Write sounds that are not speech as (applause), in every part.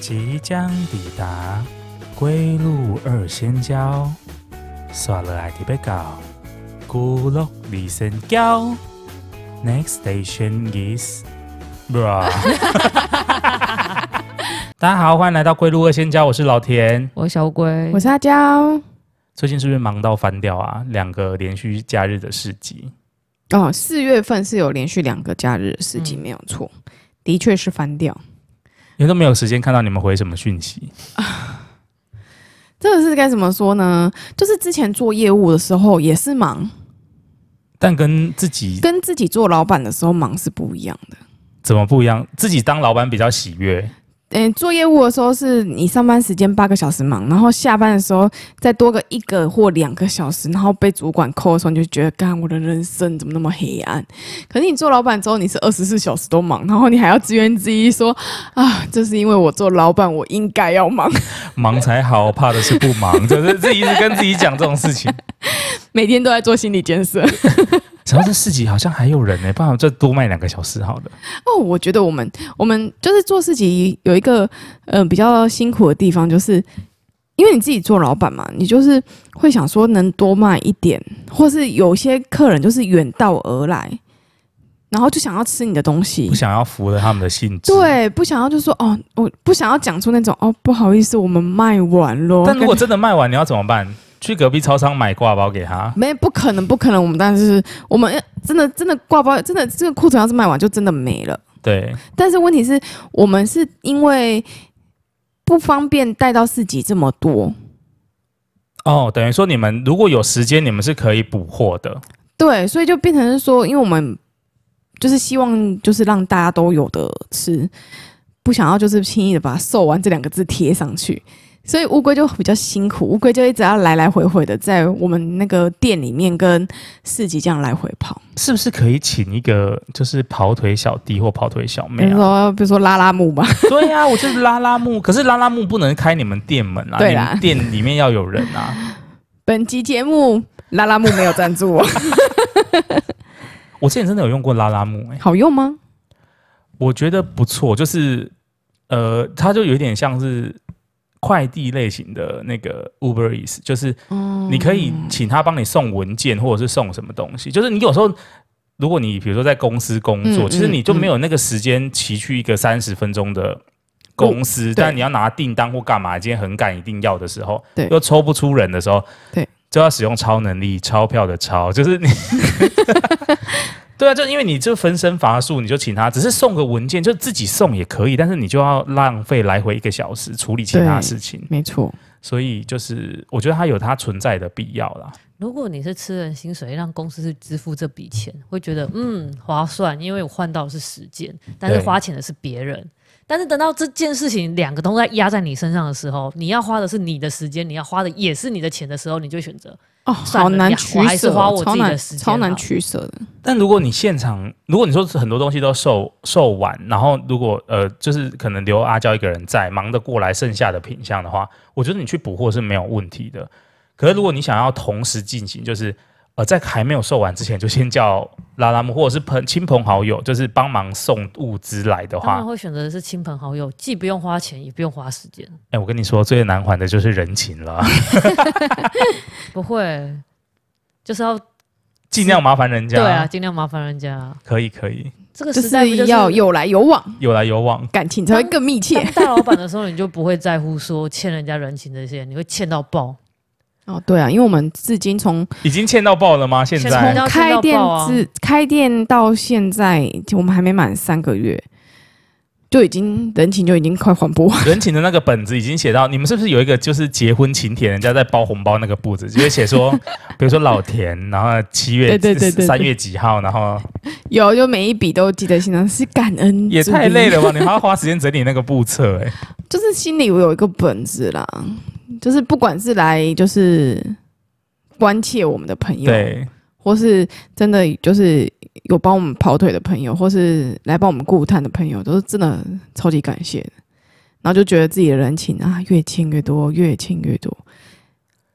即将抵达归路二仙交，刷了爱迪贝高，孤落二仙交。Next station is bra。大家好，欢迎来到归路二仙交，我是老田。我小龟我，是阿娇。最近是不是忙到翻掉啊？两个连续假日的市集，哦，四月份是有连续两个假日的时期，嗯没有错，的确是翻掉。因为都没有时间看到你们回什么讯息。这个是该怎么说呢？就是之前做业务的时候也是忙，但跟自己跟自己做老板的时候忙是不一样的。怎么不一样？自己当老板比较喜悦，嗯、做业务的时候是你上班时间八个小时忙，然后下班的时候再多个一个或两个小时，然后被主管扣的时候，你就觉得干我的人生怎么那么黑暗？可是你做老板之后，你是二十四小时都忙，然后你还要自怨自艾说啊，这是因为我做老板，我应该要忙。忙才好，怕的是不忙，就是自己一直跟自己讲这种事情。每天都在做心理建设。想到这市集好像还有人呢、不然我再多卖两个小时好了。 (laughs) 哦，我觉得我们我们就是做事情有一个呃比较辛苦的地方，就是因为你自己做老板嘛，你就是会想说能多卖一点，或是有些客人就是远道而来，然后就想要吃你的东西不。想要服了他们的性质。。对，不想要就说哦，我不想要讲出那种哦，不好意思，我们卖完咯。但如果真的卖完，你要怎么办？去隔壁超商买挂包给他。没不可能，不可能，我们但是我们呃真的真的挂包，真的这个库存要是卖完就真的没了。对，但是问题是我们是因为不方便带到市集这么多，哦，等于说你们如果有时间，你们是可以补货的。对，所以就变成是说，因为我们就是希望就是让大家都有的吃，不想要就是轻易的把“售完”这两个字贴上去。所以乌龟就比较辛苦，乌龟就一直要来来回回的在我们那个店里面跟市集这样来回跑。是不是可以请一个就是跑腿小弟或跑腿小比妹如啊？说，比如说拉拉木吧，对呀、我就是拉拉木，可是拉拉木不能开你们店门啊，对你啦们店里面要有人啊。本集节目拉拉木没有赞助我，我之前真的有用过拉拉木、欸，好用吗？我觉得不错，就是呃，它就有点像是快递类型的那个 Uber Eats，就是嗯你可以哦请他帮你送文件或者是送什么东西，就是你有时候。如果你比如说在公司工作，嗯其实嗯你就没有那个时间骑去一个三十分钟的公司，嗯对但你要拿订单或干嘛，今天很赶一定要的时候，对又抽不出人的时候，对，就要使用超能力，钞票的钞，就是 (laughs) 你对啊，就因为你这分身乏术，你就请他，只是送个文件，就自己送也可以，但是你就要浪费来回一个小时处理其他对事情，没错，所以就是我觉得它有它存在的必要啦。如果你是吃人薪水，让公司去支付这笔钱，会觉得嗯划算，因为我换到的是时间，但是对花钱的是别人。但是等到这件事情两个都在压在你身上的时候，你要花的是你的时间，你要花的也是你的钱的时候，你就选择哦，算好了难呀取我还是舍花哦，我自超己的难时间超难好取舍的。但如果你现场，如果你说很多东西都售售完，然后如果呃，就是可能留阿娇一个人在忙得过来剩下的品相的话，我觉得你去补货是没有问题的。可是如果你想要同时进行，就是呃，在还没有售完之前，就先叫拉拉木或者是朋亲朋好友，就是帮忙送物资来的当话然，会选择的是亲朋好友，既不用花钱，也不用花时间。哎、我跟你说，最难还的就是人情了， (laughs) 不会，就是要尽量麻烦人家。对啊，，尽量麻烦人家。可以可以，这个就时代不是就是要有来有往，有来有往。感情才会更密切 (laughs) 当。大老板的时候，你就不会在乎说欠人家人情这些，你会欠到爆。哦，对啊，因为我们至今从已经欠到爆了吗？现欠在到要见开店爆啊至开店到现在，我们还没满三个月，就已经人情就已经快还不完。 (laughs) 人情的那个本子已经写到，你们是不是有一个就是结婚请帖，人家在包红包那个簿子，就会写说，比如说老田，然后七月对对对对三月几号，然后有，就每一笔都记得心上，是感恩。也太累，了吧，你还要花时间整理那个簿册、欸，就是心里我有一个本子啦，就是不管是来就是关切我们的朋友，对，或是真的就是有帮我们跑腿的朋友，或是来帮我们顾探的朋友，都是真的超级感谢的。然后就觉得自己的人情啊，越欠越多，越欠越多。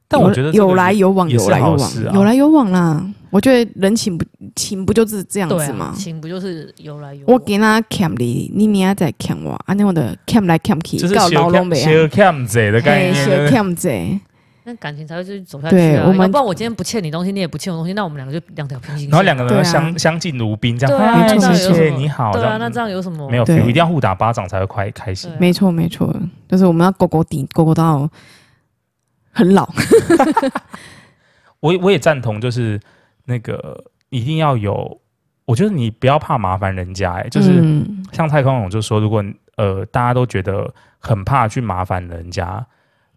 但我觉得这个有来有往，也有是来有好往事，啊有来有往啦。我觉得人情不情不就是这样对子啊吗，？情不就是有来有我往？给他欠你，你明仔再欠我，啊安尼我的欠来欠去，就是到牢笼没小 cam 贼的概念，对啊小不对欠者，那感情才会去走下去对啊！我们要不然我今天不欠你东西，你也不欠我东西，那我们两个就两条平行线。然后两个人对啊都相相敬如宾，这样对啊嗨没错谢没谢错你好，对啊，那这样样有什么没有对 feel，一定要互打巴掌才会快开心对。啊没错没错，就是我们要勾勾底，勾勾到很老，我我也赞同，就是那个一定要有，我觉得你不要怕麻烦人家、欸，就是嗯像太空勇就说，如果呃大家都觉得很怕去麻烦人家，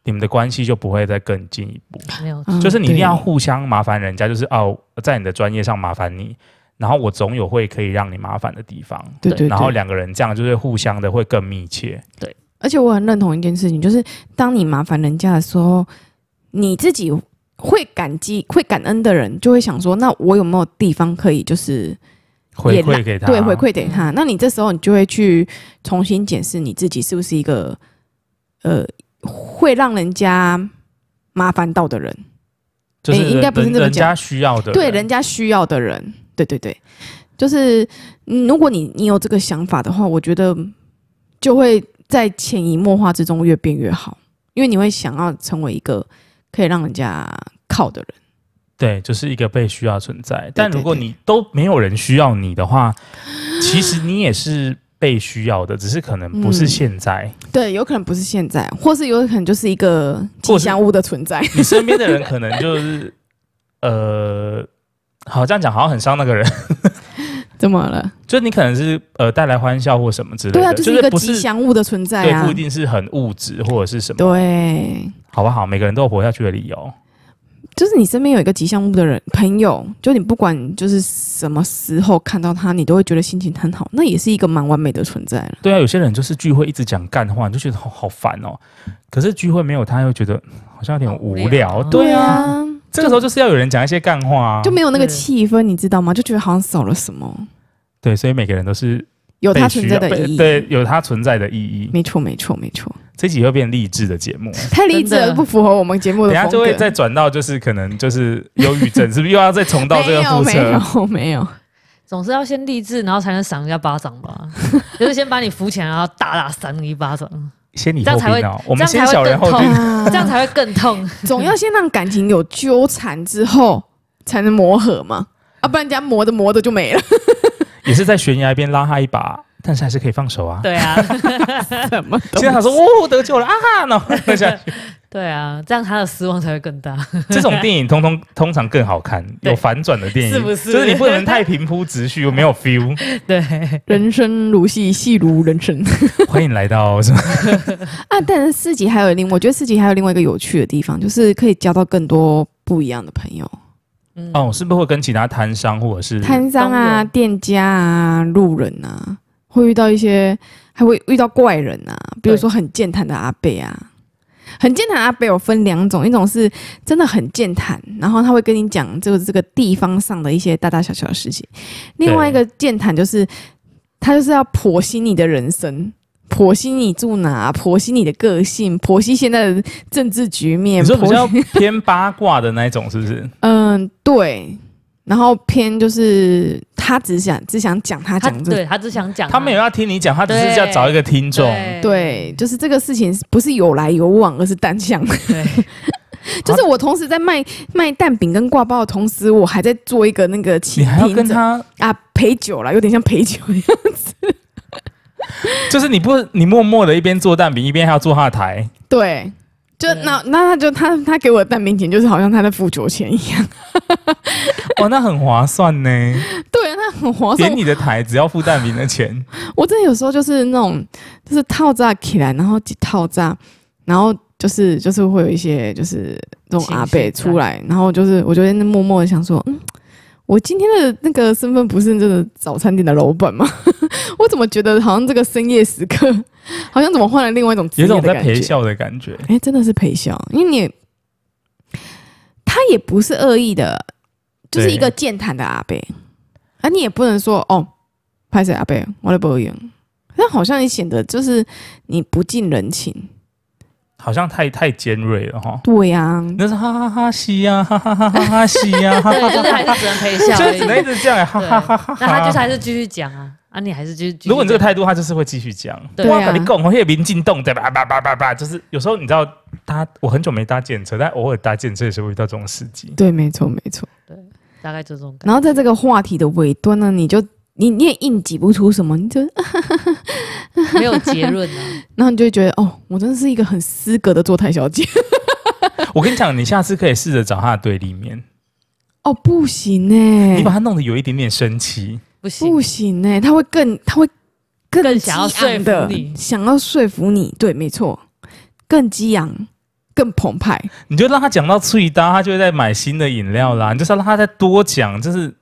你们的关系就不会再更进一步。没有嗯就是你一定要对互相麻烦人家，就是哦，在你的专业上麻烦你，然后我总有会可以让你麻烦的地方，对对对，然后两个人这样就是互相的会更密切。而且我很认同一件事情，就是当你麻烦人家的时候，你自己会感激、会感恩的人，就会想说：那我有没有地方可以就是回也馈让给他，对回馈给嗯他？那你这时候你就会去重新检视你自己是不是一个呃会让人家麻烦到的人，就是诶人、哎应该不是这么人讲家需要的，对人家需要的人，对对对，就是、嗯如果你你有这个想法的话，我觉得就会在潜移默化之中越变越好，因为你会想要成为一个可以让人家靠的人。对，就是一个被需要存在。但对如果对你都没有人需要你的话，其实你也是被需要的，只是可能不是嗯现在。对，有可能不是现在，或是有可能就是一个或吉是祥物的 (laughs) 存在。你身边的人可能就是呃，好这样讲好像很伤那个人， (laughs) 怎么了？就是你可能是呃带来欢笑或什么之类的，对啊，就就是一个不吉是祥物的存在对，啊不一。定是很物质或者是什么，对，好不好？每个人都有活下去的理由。就是你身边有一个吉祥物的人朋友，就你不管就是什么时候看到他，你都会觉得心情很好，那也是一个蛮完美的存在了。对啊，有些人就是聚会一直讲干话，你就觉得好好烦哦。可是聚会没有他，又觉得嗯好像有点好无无聊。聊对啊，啊，这个时候就是要有人讲一些干话啊。就没有那个是气氛，你知道吗？就觉得好像少了什么，对，所以每个人都是有它被存需在要的被意义。对，有它存在的意义。没错，没错，没错，这集会变励志的节目，太励志真了，的不符合我们节目等一的下风就会格再。转到就是可能就是忧郁症，是不是又要再重到这 (laughs) 没个有，覆没辙？有，没有，总是要先励志，然后才能赏人家巴掌吧？ (laughs) 就是先把你扶起来，然后大大扇你一巴掌，先礼这后样才兵会哦，我们这先样才小会人后更兵痛。啊这样才会更痛。总要先让感情有纠缠之后，才能磨合嘛，啊，不然人家磨着磨着就没了。 (laughs) (laughs) 也是在悬崖边拉他一把，但是还是可以放手啊。对啊，什么？ (laughs) 现在他说哦得救了啊，然后那下去对啊，这样他的失望才会更大。这种电影通通通常更好看，对有反转的电影，是不是就是你不能太平铺直叙，没有 (laughs) feel。对，人生如戏，戏如人生欢迎来到什么？ (laughs) 啊！但是四级还有另，我觉得四级还有另外一个有趣的地方，就是可以交到更多不一样的朋友，嗯，哦，是不是会跟其他摊商或者是摊商啊、都有店家啊、路人啊，会遇到一些，还会遇到怪人啊，比如对说很健谈的阿贝啊。很健谈的阿贝有分两种，一种是真的很健谈，然后他会跟你讲这个这个地方上的一些大大小小的事情；另外一个健谈就是他就是要剖析你的人生，剖析你住哪，剖析你的个性，剖析现在的政治局面，你说比剖析较偏八卦的那一种，是不 (laughs) 是？嗯，对。然后偏就是他只想只想讲他他讲这对他只想讲啊，他没有要听你讲，他只是对要找一个听众。对，就是这个事情不是有来有往，而是单向。对， (laughs) 就是我同时在卖卖蛋饼跟挂包的同时，我还在做一个那个倾你还要听跟者他，啊陪酒啦，有点像陪酒一样。 (laughs) 就是你不，你默默的一边做蛋饼，一边还要做他的台，对，就对那那他就他他给我的蛋饼钱，就是好像他在付酒钱一样。哇，那很划算呢。对啊，那很划算点。你的台只要付蛋饼的钱，我真的有时候就是那种，就是套炸起来，然后几套炸，然后就是就是会有一些就是这种情绪阿伯出来，然后就是我就在那默默的想说，嗯，我今天的那个身份不是这个早餐店的老板吗？ (laughs) 我怎么觉得好像这个深夜时刻，好像怎么换了另外一种职有一业种的在感陪觉？笑的感觉。哎、真的是陪笑，因为你也他也不是恶意的，就是对一个健谈的阿伯，啊，你也不能说哦，拍谁阿伯，我的不赢，但好像也显得就是你不近人情，好像太太尖锐了哈。对呀，那是哈哈哈嘻呀，哈哈哈哈哈嘻呀，哈哈对，就是还是只能陪 (laughs) 笑就而是已。只能一直这样欸，哈对哈哈哈哈。那他就是还是继续讲啊，啊，你还是继续。继续如果你这个讲态度，他就是会继续讲。对啊我跟你讲，我也民进动的吧吧吧吧吧，就是有时候你知道搭，我很久没搭建车，但偶尔搭建车的时候会遇到这种司机。对，没错没错。大概就这种感然后在这个话题的尾端呢，你就你你也硬挤不出什么，你就啊觉，没有结论啊。然后你就会觉得哦，我真的是一个很失格的做太小姐。我跟你讲，你下次可以试着找他的对立面，哦，不行欸呢、你把他弄得有一点点生气。不行啊不，行呢、他会更他会更更想要激昂的说服你想要说服你，对，没错，更激昂，更澎湃。你就让他讲到脆搭，他就会再买新的饮料嗯啦。你就是要让他再多讲，就是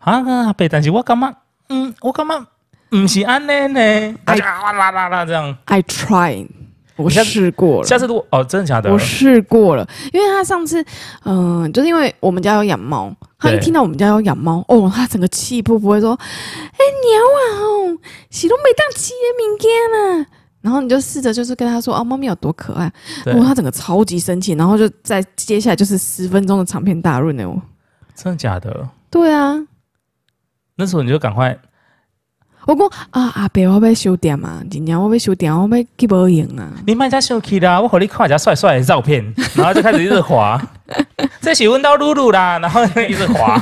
啊啊，被担心我干嘛？嗯，我干嘛？不是安内呢？哎他就啊啦啦啦这样。 I tried，我下次试过了，下次如果哦，真的假的我？试过了，因为他上次，嗯、就是因为我们家有养猫，他一对听到我们家有养猫，哦，他整个气不不会说，哎、鸟啊哦，喜都没当企业明天啊。然后你就试着就是跟他说哦，猫咪有多可爱，哦对哇，他整个超级生气，然后就在接下来就是十分钟的长篇大论呢、我真的假的？对啊，那时候你就赶快我讲啊，阿伯，我要收点啊，今年我要收点，我要去无用啊。你卖家秀 K 啦，我和你看一下帅帅的照 (laughs) 片，然后就开始一直滑，这喜欢到露露啦，然后一直 (laughs) 滑，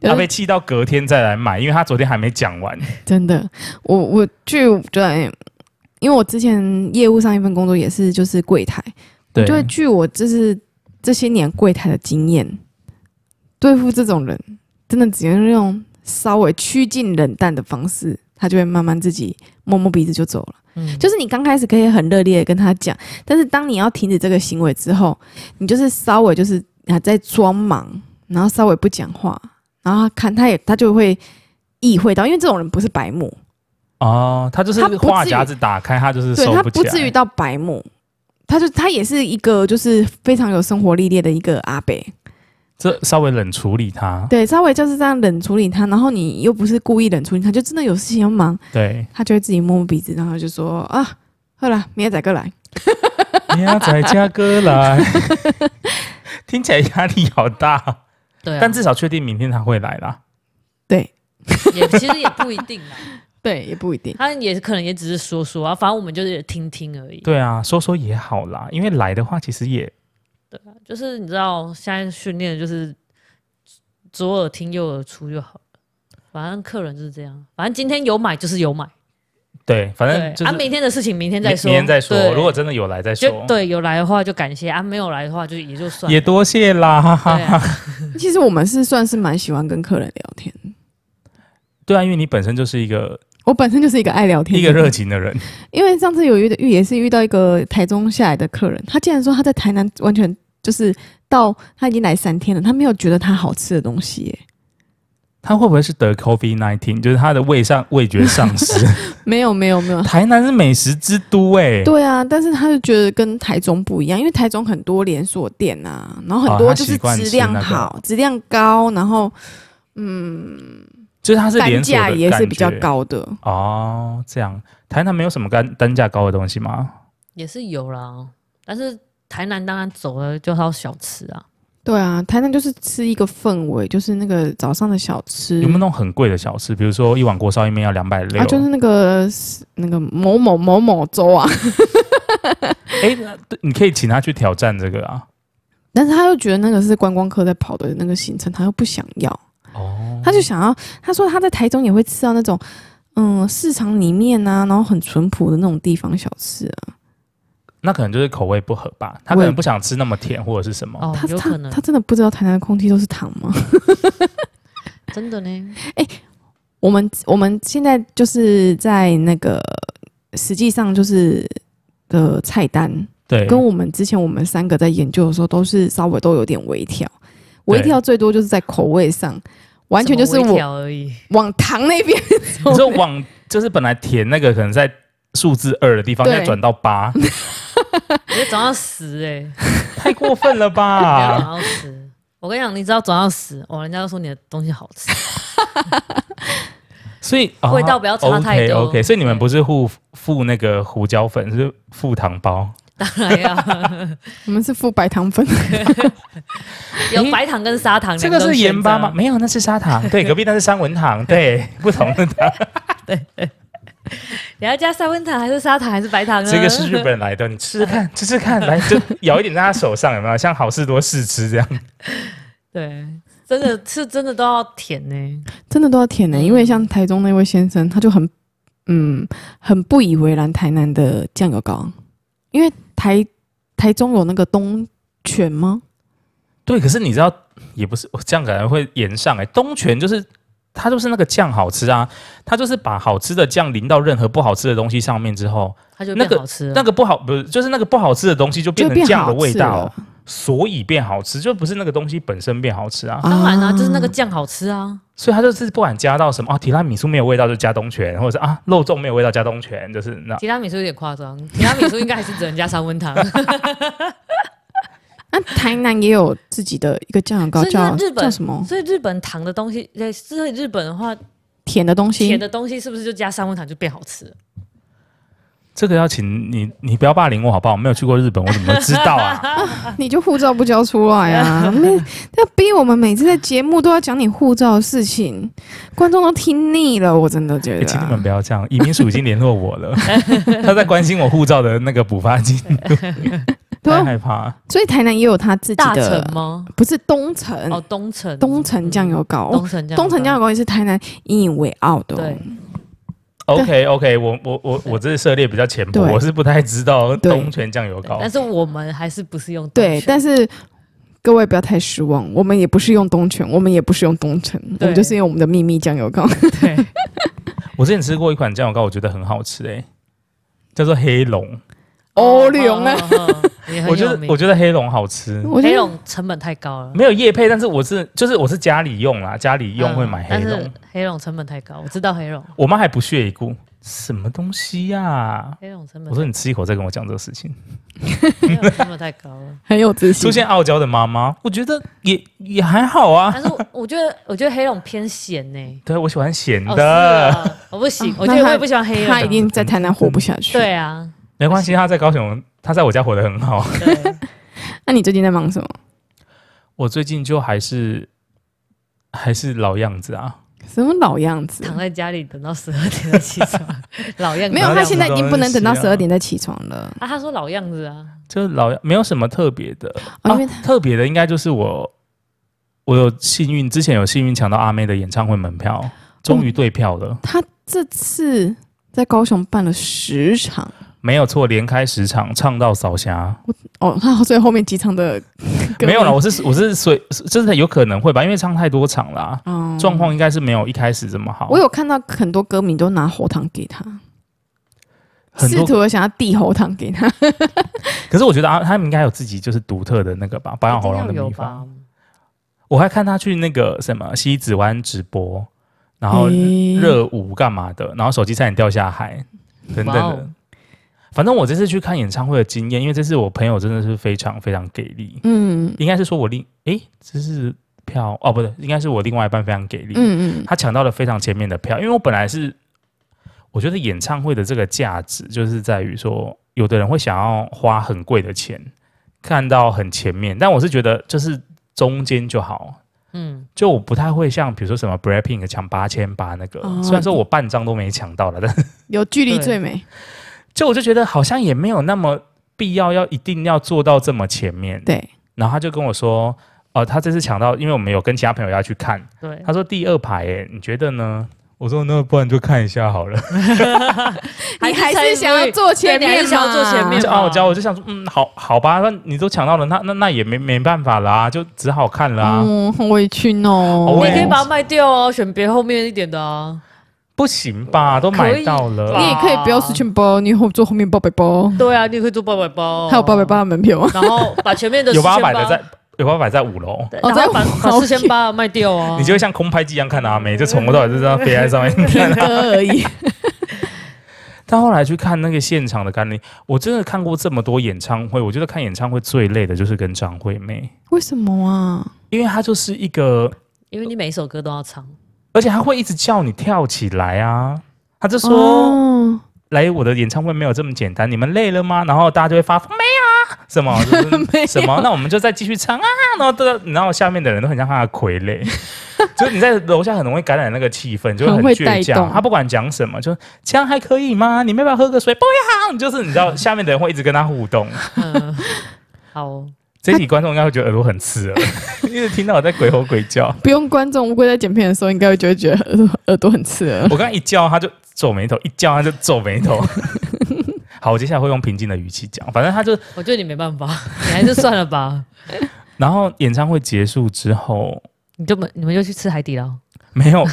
他被气到隔天再来买，因为他昨天还没讲完。真的，我我去对，因为我之前业务上一份工作也是就是柜台，我就会据我就是这些年柜台的经验，对付这种人，真的只能用稍微趋近冷淡的方式，他就会慢慢自己摸摸鼻子就走了。嗯，就是你刚开始可以很热烈的跟他讲，但是当你要停止这个行为之后，你就是稍微就是还在装忙，然后稍微不讲话，然后他看他也他就会意会到，因为这种人不是白目，哦，他就是他不至于话匣子打开，他就是对收他不起不来。至于到白目，他就他也是一个就是非常有生活历练的一个阿伯，这稍微冷处理 (laughs) 他。对，稍微就是这样冷处理他，然后你又不是故意冷处理他，就真的有事情要忙，对，他就会自己摸摸鼻子，然后就说啊，好了，明天再过来。明仔加哥 (laughs) 来，听起来压力好大，对啊，但至少确定明天他会来啦。也其实也不一定 (laughs) 啦，对，也不一定。他也可能也只是说说啊，反正我们就是听听而已。对啊，说说也好啦，因为来的话其实也就是你知道，现在训练就是左耳听右耳出就好了。反正客人就是这样，反正今天有买就是有买，对，反对正，就是啊，明天的事情明天再说，明天再说。对如果真的有来再说就，对有来的话就感谢啊，没有来的话就也就算了也多谢啦，哈哈对哈。啊，其实我们是算是蛮喜欢跟客人聊天的，对啊，因为你本身就是一个我本身就是一个爱聊天，一个热，情的人，因为上次有遇的遇也是遇到一个台中下来的客人，他竟然说他在台南完全就是到他已经来三天了，他没有觉得他好吃的东西耶、他会不会是得 COVID nineteen，就是他的胃 (laughs) 上味觉丧失？ (laughs) 没有没有没有，台南是美食之都哎、对啊，但是他就觉得跟台中不一样，因为台中很多连锁店啊，然后很哦多他就是习惯吃质量那个好、质量高，然后嗯就是它是单连锁的价也是比较感觉高的，哦。这样，台南没有什么单单价高的东西吗？也是有啦，但是台南当然走了就是要小吃啊，对啊，台南就是吃一个氛围，就是那个早上的小吃，有没有那哦种很贵的小吃？比如说一碗锅烧意面要两百六嗯啊，，就是那个那个某某某某州啊， (laughs) 哎、那对你可以请他去挑战这个啊。但是他又觉得那个是观光客在跑的那个行程，他又不想要，哦，他就想要，他说他在台中也会吃到那种，嗯，市场里面啊，然后很淳朴的那种地方小吃啊，那可能就是口味不合吧，他可能不想吃那么甜或者是什么。哦他，有可能他他真的不知道台南的空气都是糖吗？ (laughs) 真的呢，我们我们现在就是在那个实际上就是的菜单，对，哦跟我们之前我们三个在研究的时候，都是稍微都有点微调，微调最多就是在口味上，完全就是什么微我调而已， (laughs) 往糖那边 (laughs) 走你说往就是本来甜那个可能在数字二的地方，对现在转到 (laughs) 八，我觉得总要十哎、太过分了不要吧？总要死。我跟你讲，你只要总要死，哦，人家就说你的东西好吃。所以、哦味道不要差太多 OK OK，所以你们不是互付那个胡椒粉，是付糖包。当然哎 (laughs) 呀，我们是付白糖粉，有白糖跟砂糖，这个两种是选盐巴择吗？？没有，那是砂 (laughs) 糖。对，隔壁那是三文 (laughs) 糖。对，不同的糖。你要加三温糖还是砂糖还是白糖呢？这个是日本来的，你吃吃看，嗯 (laughs) 吃吃看，来就舀一点在他手上，有没有？像好事多试吃这样。 (laughs) 对，真的是真的都要甜呢、真的都要舔呢、嗯因为像台中那位先生，他就很嗯很不以为然台南的酱油膏，因为台台中有那个东泉吗？对，可是你知道，也不是我这样感觉会延上哎、东泉就是它就是那个酱好吃啊，它就是把好吃的酱淋到任何不好吃的东西上面之后，它就那变个好吃了。那个不好不是就是那个不好吃的东西就变成就变酱好的味吃道了，。所以变好吃，就不是那个东西本身变好吃啊。当然啦、就是那个酱好吃啊。所以它就是不管加到什么啊，提拉米苏没有味道就加东泉，或者是啊肉粽没有味道加东泉，就是那提拉米苏有点夸张，提拉米苏应该还是只能加三温糖。 (laughs) 啊那台南也有自己的一个酱油膏，所以那叫日本叫什么所以日本糖的东西，对，所以日本的话，甜的东西？甜的东西是不是就加三温糖就变好吃了？这个要请你你不要霸凌我好不好？我没有去过日本，我怎么会知道 (laughs) 啊？你就护照不交出来啊！那 (laughs) 要逼我们每次在节目都要讲你护照的事情，观众都听腻了，我真的觉欸得请你啊、们不要这样，移民署已经联络我 (laughs) 了，他在关心我护照的那个补发金，对太啊害怕。所以台南也有他自己大的城，吗？不是东城，哦，东城，嗯嗯东城酱油膏，东城酱，东城酱油膏也是台南引以为傲的、哦对。， OK OK，我我我我这是涉猎比较浅薄，对我是不太知道对东泉酱油膏但。是我们还是不是用东对，泉但是各位不要太失望，我们也不是用东泉，我们也不是用东城，我对们就是用我们的秘密酱油膏。 (laughs) 对，我之前吃过一款酱油膏，我觉得很好吃诶、叫做黑龙。欧龙啊， (laughs) 哦，哦哦也很我觉有得名我。觉得黑龙好吃，我觉黑得。龙成本太高了，没有叶配，但是我是就是我是家里用啦，家里用嗯会买黑但龙。是黑龙成本太高，我知道黑龙，我妈还不屑一顾，什么东西呀、黑龙成本我说你吃一口再跟我讲这个事情。黑龙成本太高了 (laughs) 很有自信。出现傲娇的妈妈，我觉得也也还好啊。但是我我觉得，我觉得黑龙偏咸呢、对我喜欢咸哦，的。是啊，我不行 (laughs) 哦，我觉得那我他也不喜欢黑龙。他一定在台南活不下去。，对啊，没关系，他在高雄，他在我家活得很好。对，那你最近在忙什么？我最近就还是还是老样子啊，什么老样子？躺在家里等到十二点才起床，老样子。没有，老他样子现在已经不能等到东西十啊二点再起床了，啊，他说老样子啊，就是老样，没有什么特别的。啊哦因为他特别的应该就是我，我有幸运，之前有幸运抢到阿妹的演唱会门票，终嗯于对票了，他这次在高雄办了十场没有错，连开十场，唱到扫霞。哦， (laughs) 他最后面几场的 (laughs) 歌没有迷了，我是我是随，真的有可能会吧，因为唱太多场啦、哦状况应该是没有一开始这么好。我有看到很多歌迷都拿喉糖给他，很试多，图想要递喉糖给他。可是我觉得啊，他们应该有自己就是独特的那个吧，保养喉咙一的定要有秘方吧。。我还看他去那个什么西子湾直播，然 (laughs) 后咦热舞干嘛的，然后手机差点掉下海等等哇的哦。反正我这次去看演唱会的经验，因为这次我朋友真的是非常非常给力，嗯应该是说我另诶，这是票哦，不对，应该是我另外一半非常给力，嗯嗯，他抢到了非常前面的票，因为我本来是我觉得演唱会的这个价值就是在于说，有的人会想要花很贵的钱看到很前面，但我是觉得就是中间就好，嗯，就我不太会像比如说什么 Blackpink 抢八千八那个，哦虽然说我半张都没抢到了，但是 (laughs) 有距离最美。就我就觉得好像也没有那么必要要一定要做到这么前面。对，然后他就跟我说，哦、他这次抢到，因为我们有跟其他朋友要去看，对，他说第二排，哎，你觉得呢？我说那不然就看一下好了。你还是想要坐前对你还面是想要坐前我面就傲娇，我就想说，嗯，好好吧，那你都抢到了，那那那也没没办法啦，就只好看啦、嗯，很委屈哦哦。你也可以把它卖掉哦，选别后面一点的啊。不行吧，哦都可买以到了。你也可以不要四千包，你以后坐后面八百包，对啊，你也可以做八百包，还有八百八，的门票啊。然后把前面的有八4800百的在，有八百在五楼。对哦然后把在把我四千八卖掉啊。你就会像空拍机一样看阿嗯妹，就从头到尾就这样飞在上面。 (laughs) 听歌 (laughs) 而已，但后来去看那个现场的甘霖，我真的看过这么多演唱会，我觉得看演唱会最累的就是跟张惠妹， (laughs) 为什么啊？因为她就是一个因为你每一首歌都要唱，而且他会一直叫你跳起来啊。他就说、哦来我的演唱会没有这么简单，你们累了吗？然后大家就会发疯，没有啊，什么、就是没有什么，那我们就再继续唱啊。然后都，然后下面的人都很像他的傀儡， (laughs) 就是你在楼下很容易感染那个气氛，就很会带倔强。动他不管讲什么，就这样还可以吗？你们要不要喝个水？不要，就是你知道下面的人会一直跟他互 (laughs) 动。嗯，好哦，这一集观众应该会觉得耳朵很刺耳， (laughs) 一直听到我在鬼吼鬼叫。不用观众乌龟在剪片的时候，应该会觉得觉得耳朵耳朵很刺耳。我刚刚一叫他就皱眉头，一叫他就皱眉 (laughs) 头。好，我接下来会用平静的语气讲，反正他就我觉得你没办法，你还是算了吧。 (laughs) 然后演唱会结束之后，你就们你们就去吃海底捞，没有，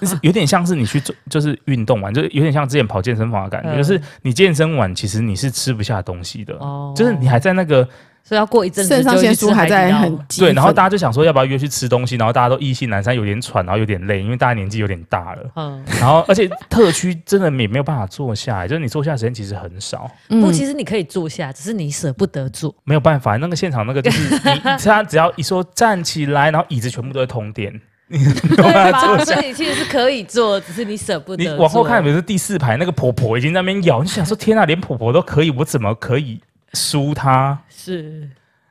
就是有点像是你去做就是运动完，就是有点像之前跑健身房的感觉，嗯就是你健身完其实你是吃不下东西的，哦就是你还在那个所以要过一阵子肾上就腺去吃素还海底在捞很了激对，然后奋大家就想说要不要约去吃东西，然后大家都意兴阑珊，有点喘，然后有点累，因为大家年纪有点大了，嗯，然后而且特区真的也没有办法坐下来，就是你坐下的时间其实很少，不，嗯其实你可以坐下，只是你舍不得坐。没有办法，那个现场那个就是 (laughs) 你他只要一说站起来，然后椅子全部都会通电。 (laughs) 对吧？所以你其实是可以坐，只是你舍不得啊你坐。往后看，比如说第四排那个婆婆已经在那边咬，你就想说天啊，连婆婆都可以，我怎么可以输她？是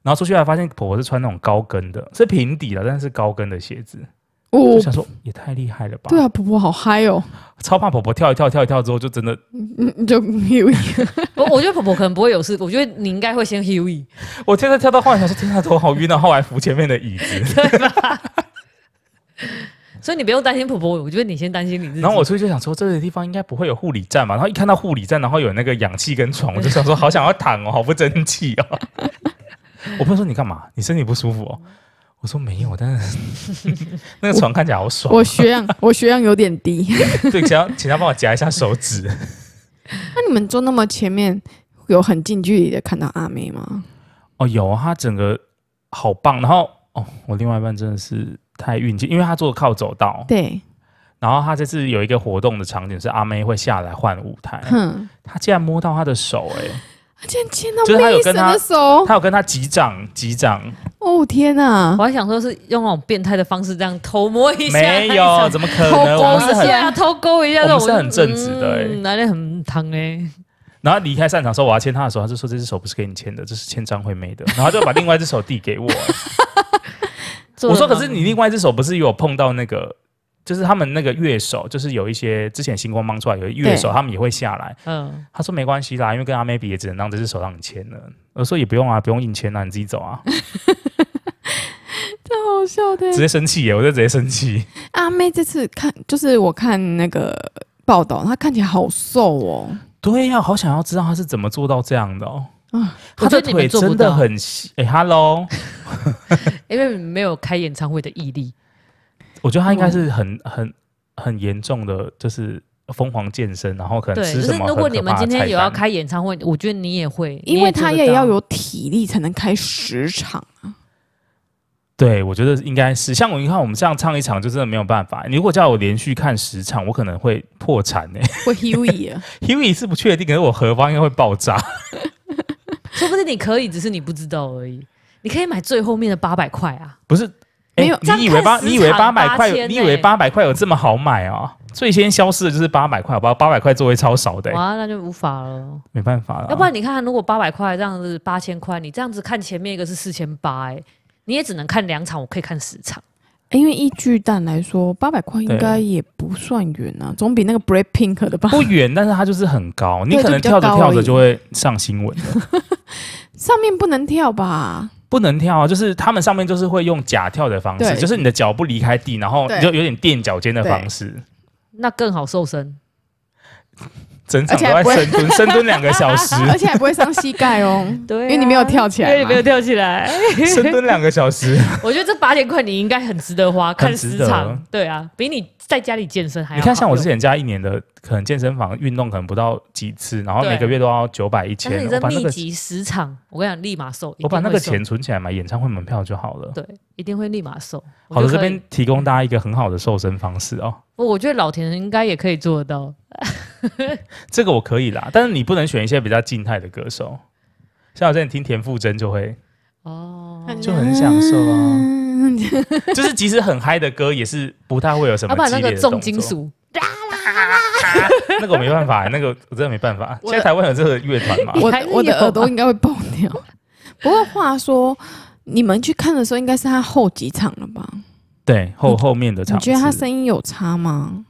然后出去还发现婆婆是穿那种高跟的，是平底的，但是高跟的鞋子，我就想说也太厉害了吧！哦对啊，婆婆好嗨哦，超怕婆婆跳一跳跳一跳之后就真的，嗯，你就我我觉得婆婆可能不会有事，我觉得你应该会先 Huey，我跳跳跳到后来想说天啊，头好晕啊，后来扶前面的椅子，所以你不用担心婆婆，我觉得你先担心你自己。然后我出去就想说这个地方应该不会有护理站吧，然后一看到护理站，然后有那个氧气跟床，我就想说好想要躺哦，好不争气哦。 (laughs) 我朋友说你干嘛？你身体不舒服哦？我说没有，但是 (laughs) 那个床看起来好爽。我血 (laughs) 氧我血氧有点低。对，请他请他帮我夹一下手指。 (laughs) 那你们坐那么前面，有很近距离的看到阿妹吗？哦，有他整个好棒，然后哦，我另外一半真的是太运气，因为他坐靠走道，对，然后他这次有一个活动的场景是阿妹会下来换舞台，哼，他竟然摸到他的手、欸，他竟然牵到就是他有妹跟神他的手，他有跟他击掌击掌，哦天哪！我还想说是用那种变态的方式这样偷摸一下，没有，怎么可偷能？光我们是一很，下 (laughs) 对啊，偷勾一下，我们那是就很正直的欸嗯哪里很疼哎嘞？然后离开散场的时候，我要牵他的时候，他就说这只手不是给你牵的，这是牵张惠妹的，然后他就把另外一只手递给我、欸做我得说，可蛮是你另外一只手不是有碰到那个，就是他们那个乐手，就是有一些之前星光帮出来有一乐手，他们也会下来。嗯，他说没关系啦，因为跟阿妹比也只能让这只手让你签了。我说也不用啊，不用硬签啦，你自己走啊，太好笑的直接生气耶，我就直接生气。阿妹这次看，就是我看那个报道，她看起来好瘦哦。对呀、好想要知道他是怎么做到这样的哦。啊，他嗯我觉的得你们腿做不真的到，很细，哎、哈 h e l l (laughs) o 因为没有开演唱会的毅力。我觉得他应该是很很很严重的，就是疯狂健身，然后可能对，吃就是什么如果很你可们怕今的菜天有要单。开演唱会，我觉得你也会，因为她他也要有体力才能开十场。对，我觉得应该是像我，你看我们这样唱一场就真的没有办法。你如果叫我连续看十场，我可能会破 (laughs) 产呢、欸。会 Huey 啊， Huey 是不确定，可是我荷包应该会爆炸。说不定你可以，只是你不知道而已。你可以买最后面的八百块啊！不是，没有欸你以为八，这样看十场你以为八百块，八千欸你以为八百块有这么好买啊？最先消失的就是八百块，好不好？八百块座位超少的、欸，哇，那就无法了。没办法了。要不然你看，如果八百块这样子八千块，你这样子看前面一个是四千八，哎，你也只能看两场，我可以看十场。 (laughs) 因为依巨蛋来说，八百块应该也不算远啊，总比那个 Break Pink 的 (laughs) 吧？不远，但是它就是很高，你对可能就比跳着较高跳而着已就会上新闻了。上面不能跳 (laughs) 吧？不能跳啊，就是他们上面就是会用假跳的方式，对就是你的脚不离开地，然后对你就有点垫脚尖的对方式。那更好瘦身，整场而且还都不在会深 (laughs) 蹲，深蹲两个小时，而且还不会伤膝盖哦，对啊因为你没有跳起因来嘛，为你没有跳起来。 (laughs) 深蹲两个小哎时， (laughs) 我觉得这八千块你应该很值得花，看值十得场，对啊，比你在家里健身还要你好看像我之用，前加一年的，可能健身房运动可能不到几次，然后对每个月都要九百一但是千，你我这把那密个集十场，我跟你讲，立马瘦，我把那个一定会钱存起来买演唱会门票就好了瘦，。对，一定会立马瘦。我好的，就这可以边提供大家一个很好的瘦身方式哦。我我觉得老田应该也可以做得到。这个我可以啦，但是你不能选一些比较静态的歌手，像我之前听田馥甄就会 (laughs) 哦，就很享受啊。就是即使很嗨的歌，也是不太会有什么要 (laughs) 啊不然激那烈个的重动金作，属，那个我没办法，那个我真的没办 (laughs) 法。我现的在台湾有这个乐团吗？ (laughs) 我还是的我的有耳朵应该会爆掉。不过话说，你们去看的时候，应该是他后几场了吧？对，后后面的你场觉得他次声音有差吗？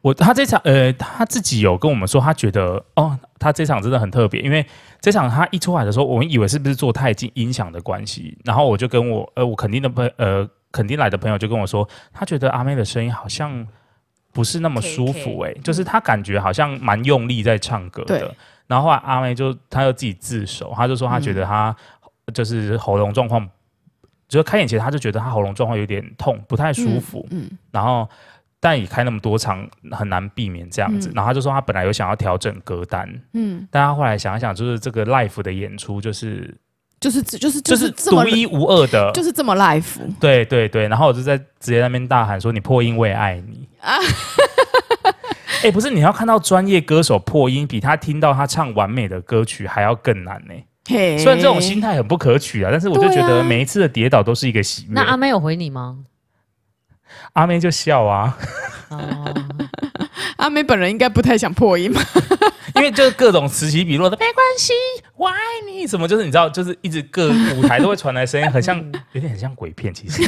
我他这场呃，他自己有跟我们说，他觉得哦，他这场真的很特别，因为这场他一出来的时候，我们以为是不是做太近音响的关系，然后我就跟我呃，我肯定的朋呃，肯定来的朋友就跟我说，他觉得阿妹的声音好像不是那么舒服、欸，哎，就是他感觉好像蛮用力在唱歌的嗯对。然后后来阿妹就她就自己自首，她就说她觉嗯得她就是喉咙状况，就是开演前她就觉得她喉咙状况有点痛，不太舒服。嗯，然后但也开那么多场，很难避免这样子。嗯然后他就说他本来有想要调整歌单，嗯，但他后来想一想，就是这个 l i f e 的演出就是就是就是就就是这独么一无二的，就是这么 life。对对对。然后我就在直接在那边大喊说：“你破音我也爱你。” (laughs) 啊哎、不是，你要看到专业歌手破音，比他听到他唱完美的歌曲还要更难呢、嘿，虽然这种心态很不可取啊，但是我就对觉得啊每一次的跌倒都是一个喜悦。那阿妹有回你吗？阿妹就笑啊， (laughs) 哦，阿妹本人应该不太想破音吧？因为就是各种此起彼落的，没关系，我爱你，什么就是你知道，就是一直各舞台都会传来声音，很像，嗯有点很像鬼片，其实。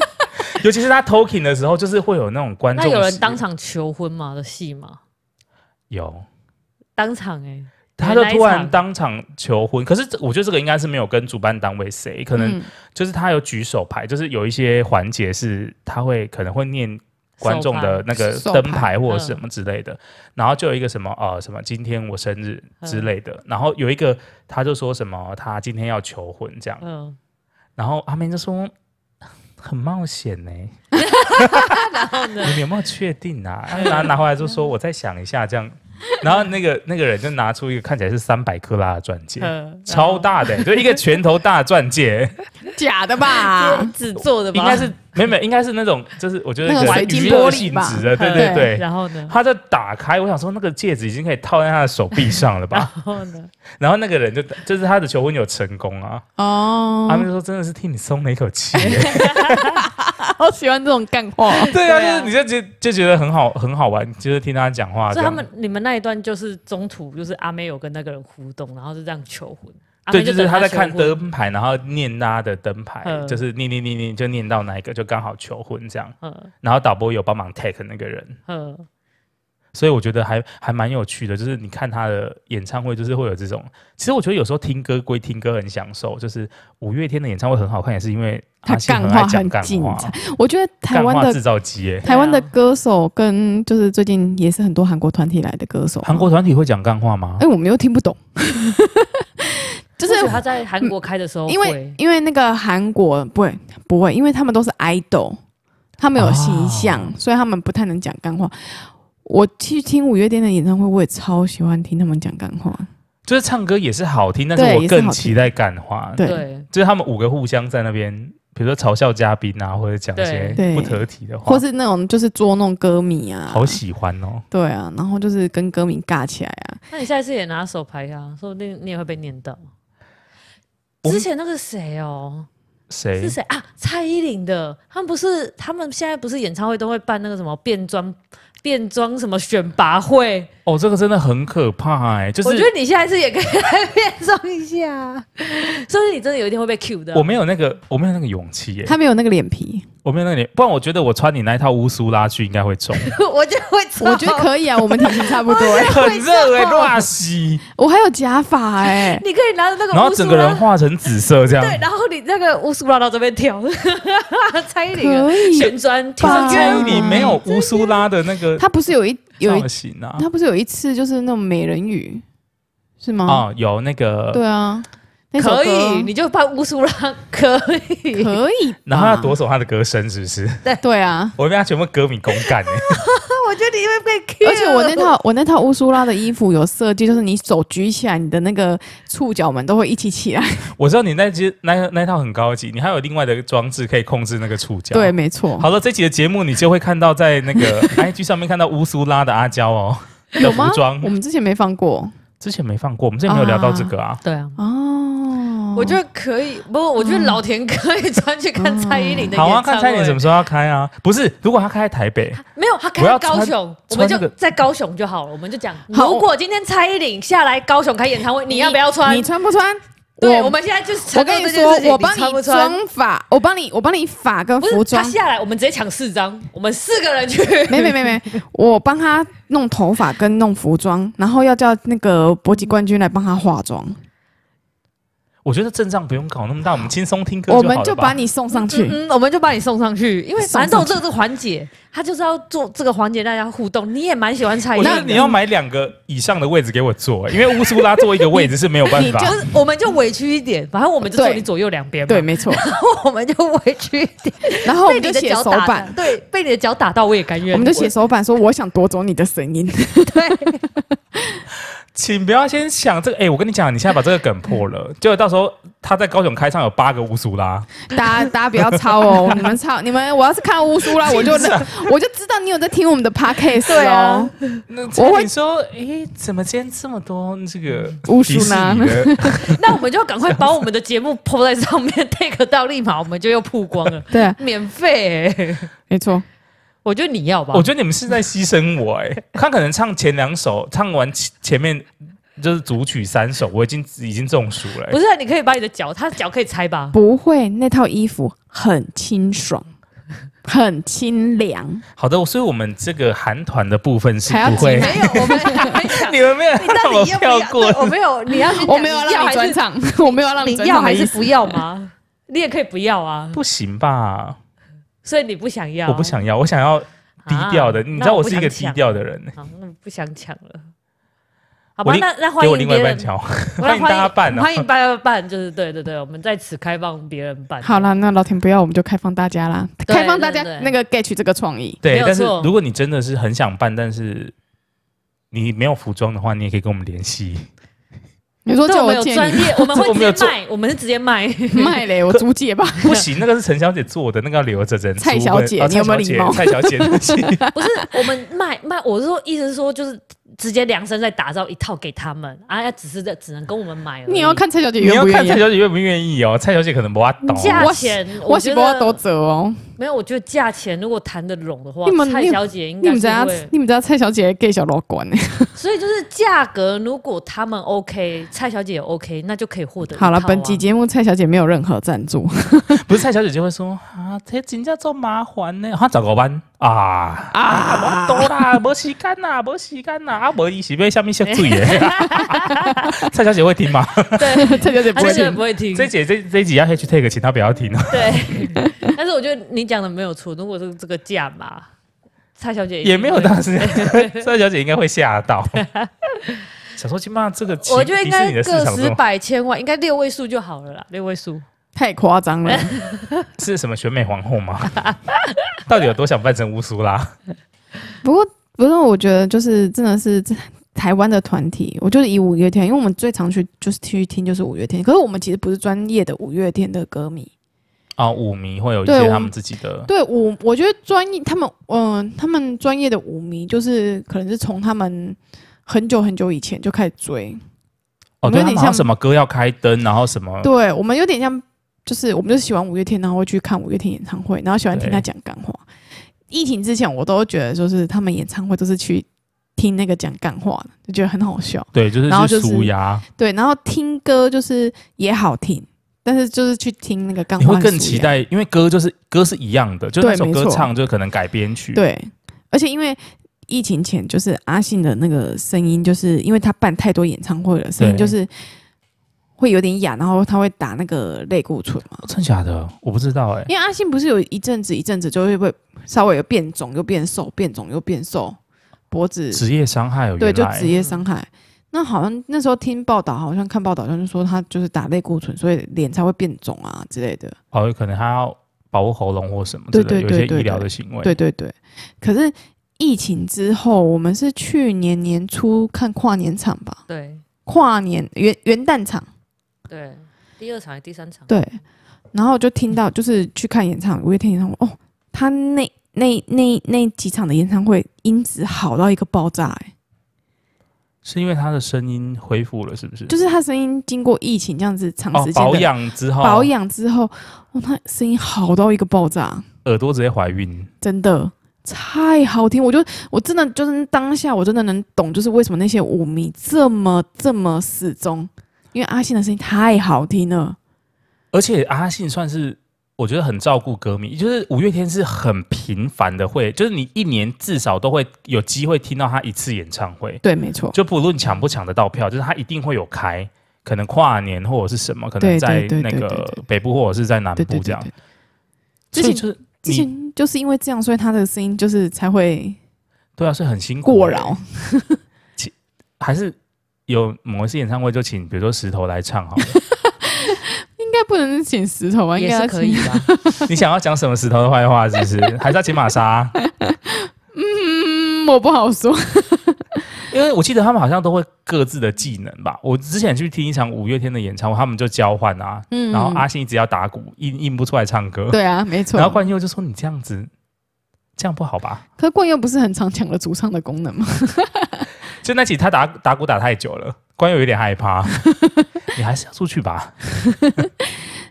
(laughs) 尤其是他 talking 的时候，就是会有那种观众那席。有人当场求婚吗？的戏吗？有，当场哎，他就哪一突然场当场求婚，可是这我觉得这个应该是没有跟主办单位谁，可能嗯就是他有举手牌，就是有一些环节是他会可能会念观众的那个手牌灯牌或者什嗯么之类的，然后就有一个什么呃什么今天我生日之类嗯的，然后有一个他就说什么呃他今天要求婚这样，嗯，然后阿明就说嗯很冒险呢、 (laughs) 然后呢 (laughs) 你？们有没有确定啊？然后拿拿回来就说我再想一下这样，然后那个那个人就拿出一个看起来是三百克拉的钻戒，嗯超，大的、就一个拳头大的钻戒，假的然后吧？纸做的吧，应 (laughs) 该是没有没有，应该是那种就是我觉得那种可能水晶娱乐玻璃性吧质的，对嗯对对。 (laughs) 然后呢？他就打开，我想说那个戒指已经可以套在他的手臂上了然吧？后呢？然后那个人就就是他的求婚有成功啊，哦他们就说真的是替你松了一口气耶、好喜欢这种干话。哦对啊，就对啊是你就觉就觉得很好很好玩，就是听他讲话这所以他样。们你们那一段就是中途就是阿妹有跟那个人互动，然后就这样求婚。阿对，妹就是等他在求看婚，灯牌，然后念他的灯牌，嗯就是念念念念，就念到那一个，就刚好求婚这样。嗯然后导播有帮忙 take 那个人，嗯，所以我觉得还还蛮有趣的。就是你看他的演唱会，就是会有这种。其实我觉得有时候听歌归听歌，很享受。就是五月天的演唱会很好看，也是因为他阿信很干话爱讲很干精话，彩我觉得台干湾话啊的制造机耶。台湾的歌手跟就是最近也是很多韩国团体来的歌手，韩国团体会讲干话吗哎、？我们又听不 (laughs) 懂，就是或许他在韩国开的时候会，因为因为那个韩国不会不会，因为他们都是 idol，他们有形象，哦所以他们不太能讲干话。我去听五月天的演唱会，我也超喜欢听他们讲干话。就是唱歌也是好听，但是对我也是好更听期待干话。对对就是他们五个互相在那边，比如说嘲笑嘉宾啊，或者讲一些对对不得体的话或，是那种就是捉弄歌迷啊，好喜欢哦。对啊，然后就是跟歌迷尬起来啊，那你下一次也拿手牌啊，说不定你也会被念到。我们之前那个谁哦，谁是？谁啊？蔡依林的，他们不是，他们现在不是演唱会都会办那个什么变装、变装什么选拔会？哦，这个真的很可怕哎、就我觉得是你下一次也可以来变装一下，所以你真的有一天会被 Q 的。我没有那个，我没有那个勇气耶、他没有那个脸皮，我没有那个，不然我觉得我穿你那一套乌苏拉去应该会 (laughs) 中， (laughs) 我就会中， (laughs) 我觉得可以啊，我们体型差不多、欸，很热哎、欸，哇西， (laughs) 我还有假发哎、你可以拿着那个乌苏拉，然后整个人化成紫色这样。对，然后你那个乌苏拉到这边跳， (laughs) 蔡依林啊可以 (laughs) 旋转可跳吧是跃蔡依林没有乌苏拉的那个他不是有一有一造型啊？他不是有一次就是那种美人鱼是吗？哦，有那个，嗯对啊，那首歌可以，你就扮乌苏拉可以。可以吧，然后他夺走他的歌声，是不是？ (laughs) 对啊。我被他全部歌迷公干哎、我觉得你会 (laughs) 被 Q，而且我那套我那套乌苏拉的衣服有设计，就是你手举起来，你的那个触角们都会一起起来。我知道你那只那那套很高级，你还有另外的装置可以控制那个触角。对，，没错。好了，这期的节目你就会看到在那 (laughs) 个 IG 上面看到乌苏拉的阿娇哦的有服吗？装我，们之前没放过之前没放过，我们之前没有聊到这个啊。对啊，哦。我觉得可以，不，我觉得老田可以专去看蔡依林的演唱好会。啊，看蔡依林什么时候要开啊？不是，如果他开在台北，没有，他我开要高穿雄，我穿们就那个在高雄就好了。我们就讲，好如果今天蔡依林下来高雄开演唱会，你要不要穿你？穿不穿？对，我我们现在就是承我跟认你这件事说，情我帮你穿不你穿？装法，我帮你，我帮你法跟不服是，他装。下来我们直接抢四张，我们四个人去。没没没没，我帮他弄头发跟弄服装，然后要叫那个搏击冠军来帮他化妆，我觉得阵仗不用搞那么大，我们轻松听歌我好们了就吧把。你送上去。嗯，我们就把你送上去，因为送反正上都有这个环节，他就是要做这个环节，大家互动。你也蛮喜欢蔡依我林觉的，得你要买两个以上的位置给我坐，因为乌苏拉坐一个位置是没有办 (laughs) 你法就。是我们就委屈一点，反正我们就坐对你左右两边嘛，对，没错。然 (laughs) 后我们就委屈一 (laughs) 点，然后我被们就你的写脚手打板到，，对，被你的脚打到我也甘愿，我们就写手板说我想夺走你的声音。请不要先想这个，哎、我跟你讲，你现在把这个梗破 (laughs) 了，结果到时候他在高雄开唱有八个乌苏拉， (laughs) 大家大家不要抄哦，你们抄你们，我要是看到乌苏 (laughs) 拉，我就我就知道你有在听我们的 podcast 对啊哦。那我会你说，哎、怎么今天这么多这个乌迪苏士拉尼的？ (laughs) 那我们就要赶快把我们的节目抛在上面，take 到立马我们就又曝光 (laughs) 了，对啊，免费欸、没错。我觉得你要吧，我觉得你们是在牺牲我、哎，他可能唱前两首，唱完前前面就是主曲三首，我已经已经中暑了、哎不是啊、你可以把你的脚，他的脚可以拆吧，不会，那套衣服很清爽，很清凉。好的，所以我们这个韩团的部分是还要不会挤，没有，我们还 (laughs) 想你们没有让我到底要不跳要？过对，我没有，你要先 (laughs) 我讲没有你让要你还转是场，我没有让你转要场的还意是思。不要吗？你也可以不要啊，不行吧？所以你不想要，我不想要，我想要低调的。啊你那知道我我不是一个想低抢调的人，好，那不想抢了。好我吧，另那那欢给我迎另外别一半人，瞧。我欢迎那大家办啊欢迎大家办，就是对对对，我们在此开放别人办。好啦，那老田不要，我们就开放大家啦，对开放大家对对那个 get 这个创意。没对，有但是错如果你真的是很想办，但是你没有服装的话，你也可以跟我们联系。你说对，叫我们有借专业，我们这我会没有直接做卖，我们是直接 (laughs) 卖。你卖嘞，我租 (laughs) 借吧。不行，那个是陈小姐做的，那个要留着整。蔡小姐哦你有没有礼貌蔡小姐，蔡小姐对不起 (laughs) (laughs) 不是我们卖卖，我是说，意思是说，就是直接量身再打造一套给他们啊，只是在只能跟我们买而已。你要看蔡小姐你愿要不看愿意蔡啊？小姐愿不愿意哦？蔡小姐可能不阿懂。价我钱，我觉喜欢得都折哦。没有，我觉得价钱如果谈得拢的话你，们蔡你小姐应你该们是知道会，。你们知道蔡小姐 gay 小老 (laughs) 倌呢？所以就是价格，如果他们 OK，蔡小姐也 OK，那就可以获得一套好啊。了，本期节目蔡小姐没有任何赞助， (laughs) 不是蔡小姐就会说啊，这真正做麻烦呢，她找个班啊啊，无多啦，无时间啦，无时间啦，啊，无伊是要下面下水 (laughs) 的。蔡小姐会听吗？蔡小姐不他会真的听不。会听。这姐这这一集要 hashtag，请她不要听 (laughs) 哦，对， (laughs) 但是我觉得你讲的没有错。如果是这个价嘛，蔡小姐一定也没有会当时蔡小姐应该会吓到。想说金妈这个其，我觉得应迪士该尼的市个场十这么百千万，应该六位数就好了啦，六位数。太夸张 (laughs) 了，是什么选美皇后吗？到底有多想扮成乌苏 (laughs) 拉？不过，不过我觉得就是真的是台湾的团体，我就是以五月天，因为我们最常去就是去听就是五月天，可是我们其实不是专业的五月天的歌迷。哦，舞迷会有一对些我他们自己的，对我，我觉得专业他们，嗯、他们专业的舞迷就是可能是从他们很久很久以前就开始追，哦，我们对，有点他们好像像什么歌要开灯，然后什么对我们有点像，就是我们就喜欢五月天，然后会去看五月天演唱会，然后喜欢听他讲干话。疫情之前，我都觉得就是他们演唱会都是去听那个讲干话的，就觉得很好笑。对，就是然后去就是舒压。对，然后听歌就是也好听，但是就是去听那个干你话，会更期。待，因为歌就是歌是一样的，就那对首没歌错唱就可能改编曲。，对，而且因为疫情前，就是阿信的那个声音，就是因为他办太多演唱会了，声音对就是会有点哑，然后他会打那个类固醇嘛。哦真假的我不知道哎、因为阿信不是有一阵子一阵子就会会稍微有变肿又变瘦，变肿又变瘦，脖子职业伤害有对原就来职业伤害。那好像那时候听报道，好像看报道，好像就说他就是打类固醇，所以脸才会变肿啊之类的。哦，可能他要保护喉咙或什么之类的，对对有对一些对医疗对的行为。对对对，可是疫情之后，我们是去年年初看跨年场吧，对跨年元元旦场，对，第二场、第三场，对，然后就听到就是去看演唱会，五月天演唱会，哦，他那那那那几场的演唱会音质好到一个爆炸、欸，是因为他的声音恢复了，是不是？就是他声音经过疫情这样子长哦时，间保的养之后，保养之后，哇，他声音好到一个爆炸，耳朵直接怀孕。真的太好听。我就我真的就是当下我真的能懂，就是为什么那些舞迷这么这么死忠，因为阿信的声音太好听了。而且阿信算是我觉得很照顾歌迷，就是五月天是很频繁的会，就是你一年至少都会有机会听到他一次演唱会，对，没错，就不论抢不抢得到票，就是他一定会有开，可能跨年或者是什么，可能对在对对那对对个对北部或者是在南对对部对这样对。之所前以就是之你前就是因为这样，所以他的声音就是才会对啊，是很辛苦过欸饶。还是有某一次演唱会就请，比如说石头来唱好了。 (laughs) 应该不能请石头啊吧？应也该是嗯要可以请。吧？你想要讲什么石头的坏话，是不是？还是要请玛莎？嗯，我不好说。因为我记得他们好像都会各自的技能吧。我之前去听一场五月天的演唱会，他们就交换啊，嗯，然后阿信一直要打鼓，硬硬不出来唱歌。对啊，没错。然后冠佑就说：“你这样子，这样不好吧可是冠佑不是很常抢了主唱的功能吗？？”就那集他打打鼓打太久了，冠佑有点害 (laughs) 怕。你还是要出去吧。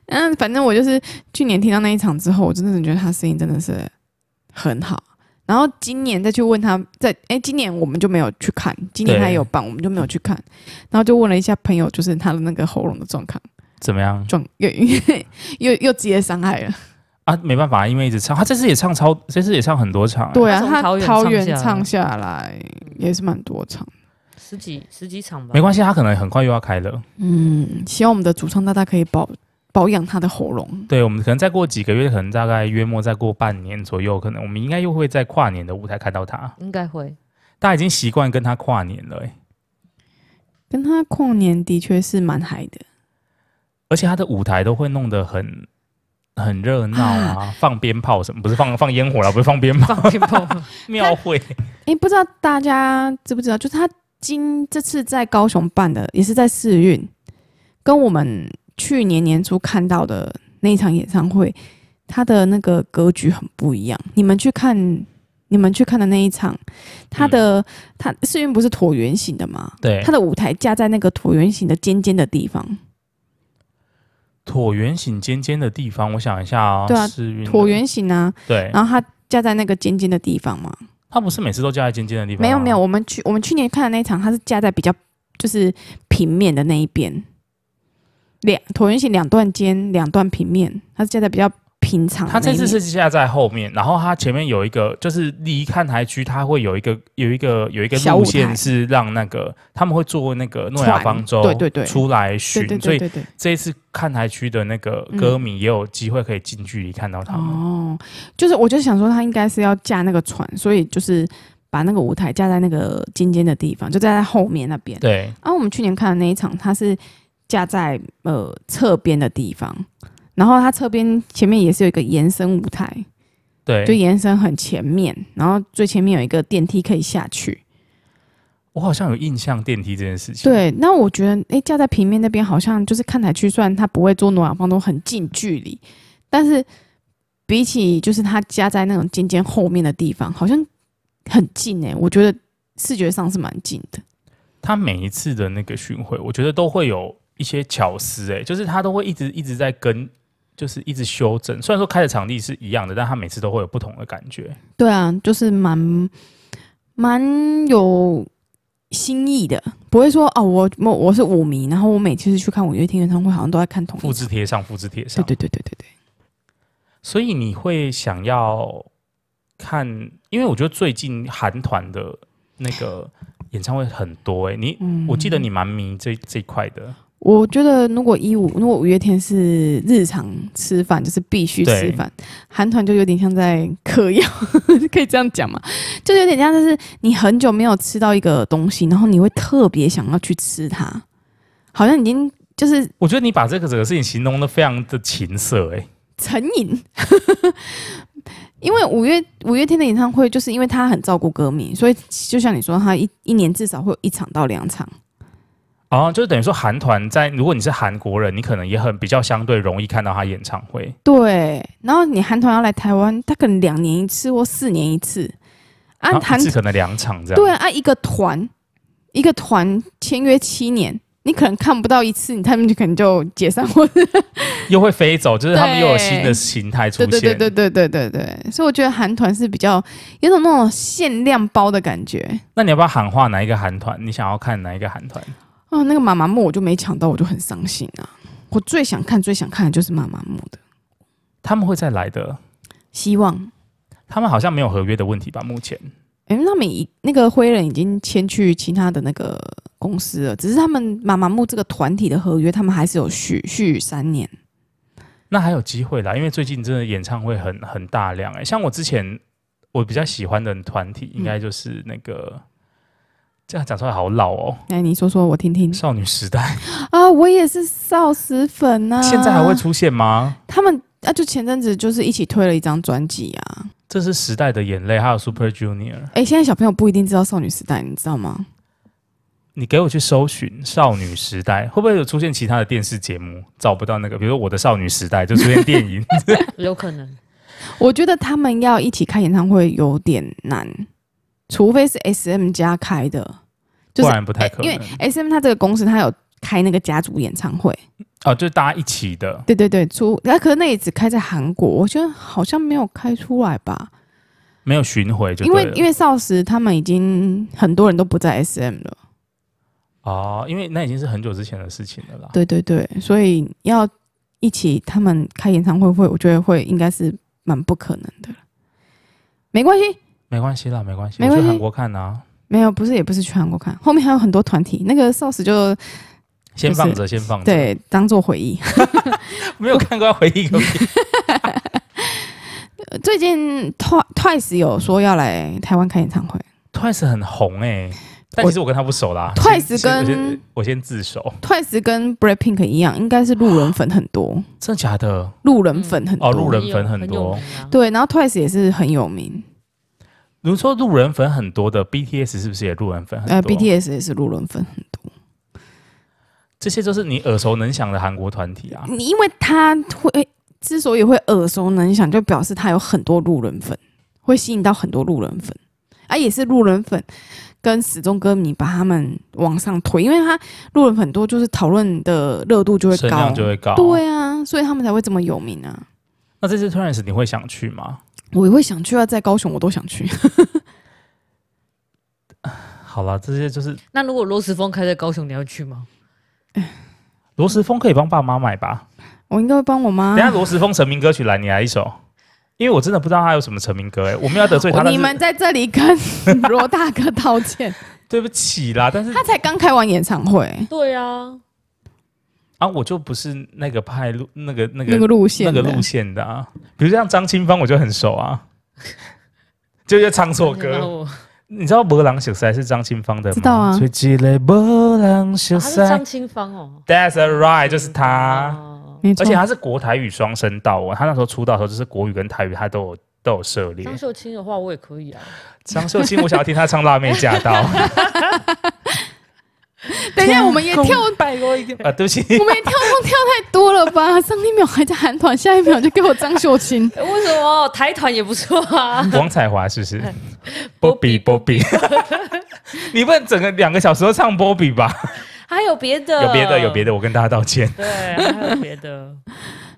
嗯，反正我就是去年听到那一场之后，我真的觉得他声音真的是很好。然后今年再去问他，在哎，今年我们就没有去看，今年对他也有办，我们就没有去看。然后就问了一下朋友，就是他的那个喉咙的状况，怎么样状又又又职业伤害 (laughs) 了。啊？没办法，因为一直唱，他这次也唱超，这次也唱很多场、欸。对啊，从他桃园桃唱园下来唱下来也是蛮多场。十几十几场吧没。关系，他可能很快又要开了。嗯，希望我们的主唱大大可以保保养他的喉咙。对，我们可能再过几个月，可能大概约莫再过半年左右，可能我们应该又会在跨年的舞台看到他。应该会，大家已经习惯跟他跨年了、欸，跟他跨年的确是蛮嗨的。而且他的舞台都会弄得很很热闹啊，放鞭炮什么，不是放放烟火啦，不是放鞭 (laughs) 炮，放鞭炮， (laughs) 庙会。诶，不知道大家知不知道，就是他今这次在高雄办的，也是在试运，跟我们去年年初看到的那一场演唱会，他的那个格局很不一样。你们去看，你们去看的那一场，他的他试运不是椭圆形的吗？嗯对他，的舞台架在那个椭圆形的尖尖的地方，椭圆形尖尖的地方，我想一下哦，对啊是运动椭，圆形啊，对，然后它架在那个尖尖的地方嘛。他不是每次都架在尖尖的地方，啊没有没有，，我们去我们去年看的那一场，它是架在比较就是平面的那一边，两椭圆形两段尖两段平面，它是架在比较平常的他那一这面。次是架在后面，然后他前面有一个，就是离看台区，他会有一个有一个有一个小路舞线台是让那个他们会坐那个诺亚船方舟对对对出来巡对，对所对以对对。这一次看台区的那个嗯歌迷也有机会可以近距离看到他们。哦，就是我就想说，他应该是要架那个船，所以就是把那个舞台架在那个尖尖的地方，就架在后面那边。对，啊，我们去年看的那一场，它是架在呃侧边的地方，然后它侧边前面也是有一个延伸舞台，就对，延伸很前面，然后最前面有一个电梯可以下去。我好像有印象电梯这件事情。，对，那我觉得，诶，架在平面那边好像就是看台区，虽然它不会做挪亚方舟很近距离，但是比起就是它架在那种尖尖后面的地方，好像很近诶、我觉得视觉上是蛮近的。他每一次的那个巡回，我觉得都会有一些巧思、欸，哎，就是他都会一直一直在跟，就是一直修正。虽然说开的场地是一样的，但他每次都会有不同的感觉。对啊，就是蛮蛮有新意的，不会说哦，我我我是舞迷，然后我每次去看五月天演唱会，好像都在看同复一制场。贴上，复制贴对上。对对对对对，所以你会想要看，因为我觉得最近韩团的那个演唱会很多哎、你、嗯我记得你蛮迷这这一块的，我觉得如果一五，如果五月天是日常吃饭，就是必须吃饭，韩团就有点像在嗑药， (laughs) 可以这样讲吗？就有点像，就是你很久没有吃到一个东西，然后你会特别想要去吃它，好像已经就是我觉得你把这个整个事情形容的非常的情色哎、成瘾。 (laughs) 因为五月五月天的演唱会，就是因为他很照顾歌迷，所以就像你说，他一一年至少会有一场到两场。哦，就是等于说韩团在，如果你是韩国人，你可能也很比较相对容易看到他演唱会。对，然后你韩团要来台湾，他可能两年一次或四年一次。然后啊，韩一次可能两场这样。对啊，啊一个团一个团签约七年，你可能看不到一次，你他们就可能就解散或者又会飞走，就是他们又有新的对形态出对现。 (laughs) 对对对对对对对，所以我觉得韩团是比较有种那种限量包的感觉。那你要不要喊话哪一个韩团？你想要看哪一个韩团？哦，那个妈妈木我就没抢到，我就很伤心啊！我最想看、最想看的就是妈妈木的他们会再来的。希望。他们好像没有合约的问题吧？目前哎、那美已那个灰人已经迁去其他的那个公司了，只是他们妈妈木这个团体的合约，他们还是有续续三年。那还有机会啦，因为最近真的演唱会很很大量哎、像我之前我比较喜欢的团体，应该就是那个、这样讲出来好老哦，哎、你说说我听听少女时代、啊！我也是少时粉呐、啊，现在还会出现吗？他们啊，就前阵子就是一起推了一张专辑啊。这是时代的眼泪，还有 Super Junior。哎、现在小朋友不一定知道少女时代，你知道吗？你给我去搜寻少女时代，会不会有出现其他的电视节目？找不到那个，比如说我的少女时代就出现电影，有可能。我觉得他们要一起开演唱会有点难，除非是 S M 家开的， (laughs) 就不是然不太可因能为。S 哎 M 他这个公司他有开那个家族演唱会，哦，就是大家一起的，对对对，出那、可是那也只开在韩国，我觉得好像没有开出来吧，没有巡回就因为对了因为少时他们已经很多人都不在 S M 了，哦，因为那已经是很久之前的事情了啦。对对对，所以要一起他们开演唱会会，我觉得会应该是蛮不可能的了。没关系，没关系啦，没关系，没我关去系韩国看啊，没有不是也不是去韩国看，后面还有很多团体，那个少时就先放着，先放着。，对当做回忆。没有看过要回忆 (laughs) 个屁。呃最近 Twi- Twice 有说要来台湾开演唱会 Twice 很红哎、但其实我跟他不熟啦。 Twice 先我先我跟先我先自首， ，Twice 跟 Blackpink 一样，应该是路人粉很多，真的假的？路人粉很多。哦路人有粉很有多名啊对，然后 Twice 也是很有名，比如说路人粉很多的 BTS 是不是也路人粉很多？呃，BTS 也是路人粉很多。这些就是你耳熟能详的韩国团体啊。你因为他会之所以会耳熟能详，就表示他有很多路人粉，会吸引到很多路人粉，啊，也是路人粉跟死忠歌迷把他们往上推，因为他路人粉多，就是讨论的热度就会声高，量就会高。对啊，所以他们才会这么有名啊。那这次 Twins 你会想去吗？我也会想去啊，在高雄我都想去。 (laughs) 好啦，这些就是那如果罗时峰开在高雄，你要去吗？罗时丰可以帮爸妈买吧。我应该会帮我妈等一。下罗时丰成名歌曲来，你来一首，因为我真的不知道他有什么成名歌哎、我没有要得罪他，我但哦你是们在这里跟 (laughs) 罗大哥道歉，对不起啦，但是他才刚开完演唱会，对啊，啊，我就不是那个派路那个那个那个路线那的，个路线的啊。比如像张清芳，我就很熟啊， (laughs) 就就唱错然后歌。我啊你知道《波浪小塞》是张清芳的吗？知道啊吹起来波浪小他是塞张清芳哦， ，That's a right，就是他。哦没错而且他是国台语双声道哦，他那时候出道的时候就是国语跟台语他都有都有涉猎张。秀清的话，我也可以啊。张秀清，我想要听他唱《辣妹驾 (laughs) 到》等一下我们也 (laughs) 跳拜过一点啊，对不起，我们也跳动跳太多了吧？上一秒还在韩团，下一秒就给我张秀清。哎 (laughs) 为什么台团也不错啊？王彩华是不是哎波比波比， (laughs) 你不能整个两个小时都唱波比吧？还有别啊的，有别的，有别，的，我跟大家道歉。对，还有别的。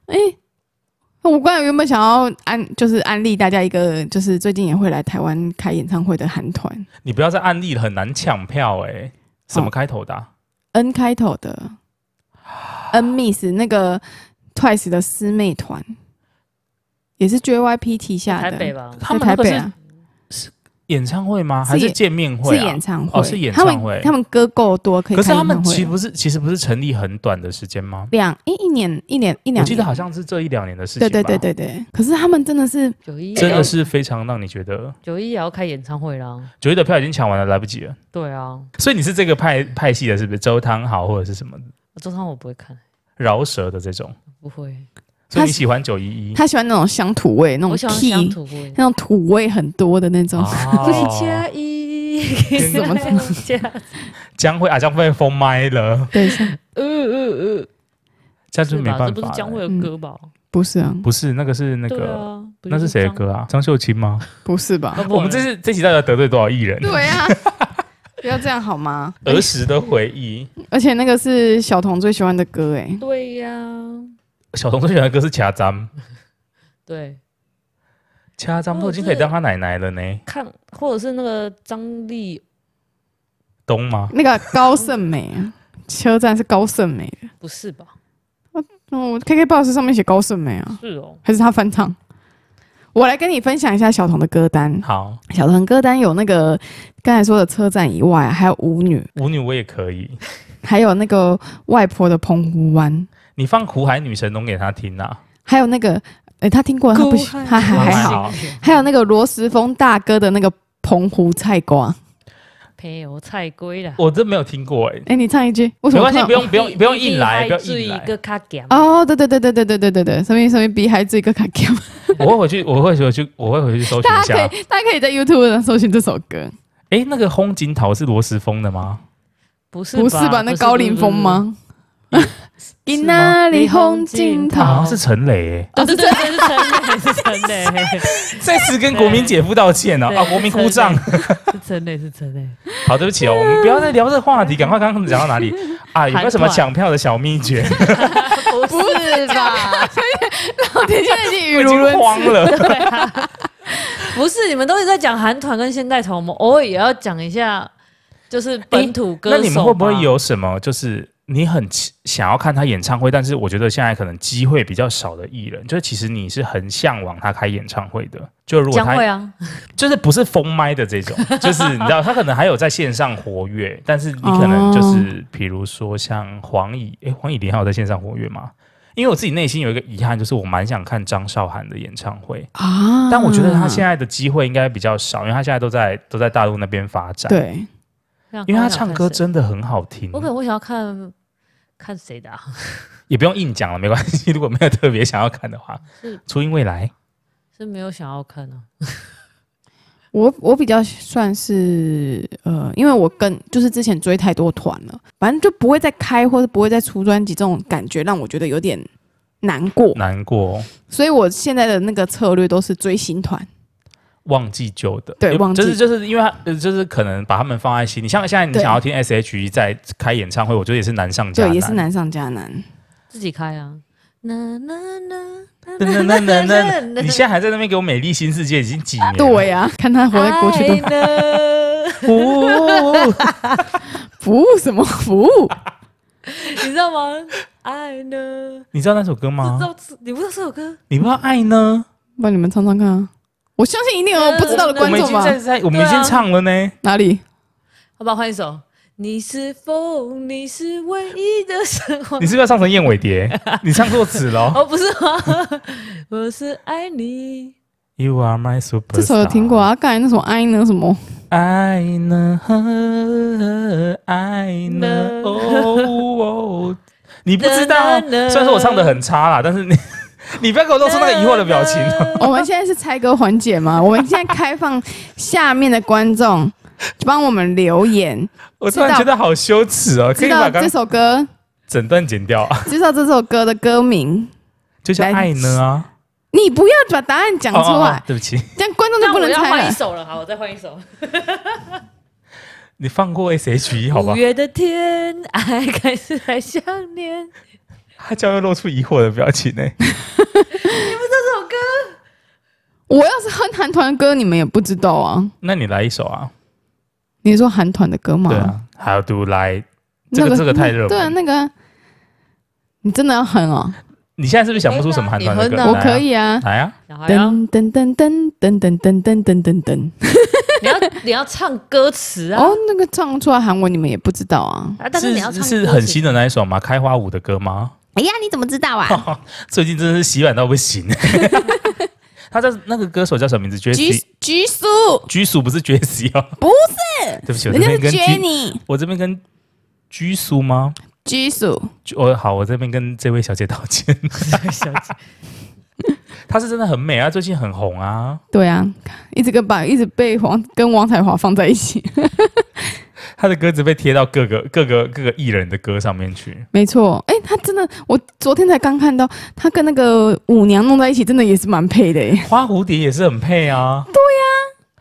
哎、我刚才原本想要安，就是安利大家一个，就是最近也会来台湾开演唱会的韩团你不要再案例了，很难抢票哎、什么哦开头的啊、 ，N 开头的 N Miss 那个 Twice 的师妹团，也是 JYP 旗下台的，北吧，他们在台那个北是啊，演唱会吗？还是是演见面会、是啊？演唱会，哦是演唱他会们他们歌够多，可以可是开他演们唱其实会。不是，其实不是成立很短的时间吗？两哎、一年一年一我两年，记得好像是这一两年的事情对吧。嗯对对对对。可是他们真的是九一真的是非常让你觉得九一也要开演唱会啦。九一的票已经抢完了，来不及了。对啊，所以你是这个派派系的，是不是？周汤豪或者是什么周汤我不会看，饶舌的这种？不会，所以他你是喜欢九一一？他喜欢那种乡土味，那我种喜欢乡 key，土味。那种土味很多的那种。哦加一，跟什么加？江惠啊，江惠封麦了，对，是 (laughs) 呃呃呃，这样就是没吧？办法了。这不是江惠的歌吧？不是啊？不是那个是那对个、啊，不那是谁的江？歌啊？张秀清吗？ (laughs) 不是吧？啊不我们这然次这期到底要得罪多少艺人？对啊， (laughs) 不要这样好吗？儿时的回忆。而且那个是小童最喜欢的歌哎、对呀、小童最喜欢的歌是《卡张》，《对，卡张》哦都已经可以当他奶奶了呢，看或者是那个张力，懂吗？那个高胜美 (laughs) 啊，车站是高胜美的。不是吧？嗯，KK Box 上面写高胜美啊，是哦，还是他翻唱？我来跟你分享一下小童的歌单。好，小童歌单有那个刚才说的车站以外，还有舞女，舞女我也可以，还有那个外婆的澎湖湾，你放《苦海女神龙》给他听啊。还有那个，诶，他听过，他不喜，他还还还好。好还有那个罗时丰大哥的那个澎湖菜瓜，陪我菜龟啦。我真没有听过哎、诶，你唱一句，为什没么关系，唱不用不用不用你硬来，你不要还注意硬来一。个卡点哦，对对对对对对对对对，上面上面比还这个卡 Q，我会回去，我会回去，我会回去搜寻大一家下可。以大家可以在 YouTube 上搜寻这首歌，哎、那个轰锦桃是罗时丰的吗？不是不是吧？那高凌风？吗？是吗 in 那里红镜好好头像是陈磊、 (laughs) 欸，不是不是不是哦对对对，对是再次跟国民姐夫道歉哦、对啊，国民哭胀。陈 (laughs) 磊，是陈磊，是陈磊，好，对不起哦，我们不要再聊这个话题，赶快刚刚讲到哪里啊？有没有什么抢票的小秘 (laughs) 诀？不不是吧？老天现在已经语我已无伦经慌次，了。不是，你们都一直在讲韩团跟现代团，我们偶尔也要讲一下，就是本土歌 (laughs) 手、哎那你们会不会？有什么就是你很期想要看他演唱会，但是我觉得现在可能机会比较少的艺人，就是其实你是很向往他开演唱会的。就如果将会他啊，就是不是封麦的这 (laughs) 种，就是你知道他可能还有在线上活跃，但是你可能就是比如说像黄以，诶，黄以玲还有在线上活跃吗？因为我自己内心有一个遗憾，就是我蛮想看张韶涵的演唱会，嗯啊但我觉得他现在的机会应该比较少，因为他现在都在都在大陆那边发展。，对因为他唱歌，真的很好听。啊我可能会想要看看谁的、啊，也不用硬讲了，没关系。如果没有特别想要看的话是，初音未来是没有想要看啊。我我比较算是呃，因为我跟就是之前追太多团了，反正就不会再开或者不会再出专辑，这种感觉让我觉得有点难过，难过，哦所以我现在的那个策略都是追新团。忘记旧的，对有忘记就是就是因为他呃就是可能把他们放在心里。像现在你对想要听 S.H.E 在开演唱会，我觉得也是难上加对，难，也是。 (laughs) 难上加难。自己开 (laughs) 啊。那那那噔噔噔噔 (laughs) 噔，你现在还在那边给我《美丽新世界》已经几年了？对呀、看他活在过去都的，哦， (laughs) 服务什么服务？ (laughs) 你知道吗？爱呢？你知道那首歌不知吗？道这，你不知道这首歌？你不知道爱呢？帮你们唱唱看啊！我相信一定有我不知道的我观们已众经吧？在在我们已对经啊唱了呢。哪里？好吧，换一首。你是否你是唯一的神话你？是不是要唱成燕尾蝶？ (laughs) 你唱错词了哦。哦，不是吗？ (laughs) 我是爱你。 You are my super。这首有听过。啊？刚才那首《爱呢》什么？爱呢，呵爱呢，哦哦，你不知道，虽然说我唱的很差啦，但是你 (laughs) 你不要给我露出那个疑惑的表 (laughs) 情。我们现在是猜歌环节吗？我们现在开放下面的观众帮我们留言， (laughs) 我突然觉得好羞耻哦，可知以把道刚这首歌，整段剪掉 (laughs) 啊，知道这首歌的歌名。就叫来爱呢啊，你不要把答案讲出啊哦哦来哦，对不起，这样观众就那不我能要猜换一了。首了，好，我再换一首。你放过 S H E 好吧五？月的天，爱开始来想念。他就会露出疑惑的表情呢。这首歌我要是哼韩团歌，你们也不知道啊。那你来一首啊，你说韩团的歌吗？对啊，How do I？这那个这个太热对啊，门。那个你真的要狠哦，你现在是不是想不出什么韩团的你歌哼？啊哎我可以啊。来啊，然后要噔噔噔噔噔噔噔噔噔噔噔。你要你要唱歌词啊，哦，那个唱出来韩文你们也不知道啊？啊但是你要唱歌是词很新的那一首吗？开花舞的歌吗？ (laughs) 哎呀，你怎么知道啊 (laughs) 最近真的是洗碗到不行。 (laughs) 他叫那个歌手叫什么名字橘？Jessie，橘树橘鼠不是 Jessie 哦， (laughs) 不是。对不起，我这人家边是跟橘， Jenny 我这边跟橘鼠吗？橘树，橘哦，好，我这边跟这位小姐道歉。小姐， (laughs) 她是真的很美啊，最近很红啊。对啊，一直跟把一直被王跟王彩华放在 (laughs) 一起，她的歌词被贴到各个各个各个艺人的歌上面去。没错。哎，他真的，我昨天才刚看到他跟那个舞娘弄在一起，真的也是蛮配的哎，花蝴蝶也是很配啊，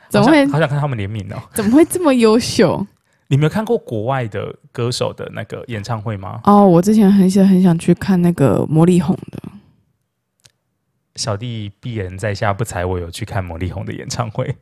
怎么会好想好想看他们联名哦。怎么会这么优秀？你没有看过国外的歌手的那个演唱会吗？哦，我之前很想很想去看那个魔力红的，小弟鄙人在下不才，我有去看魔力红的演唱会。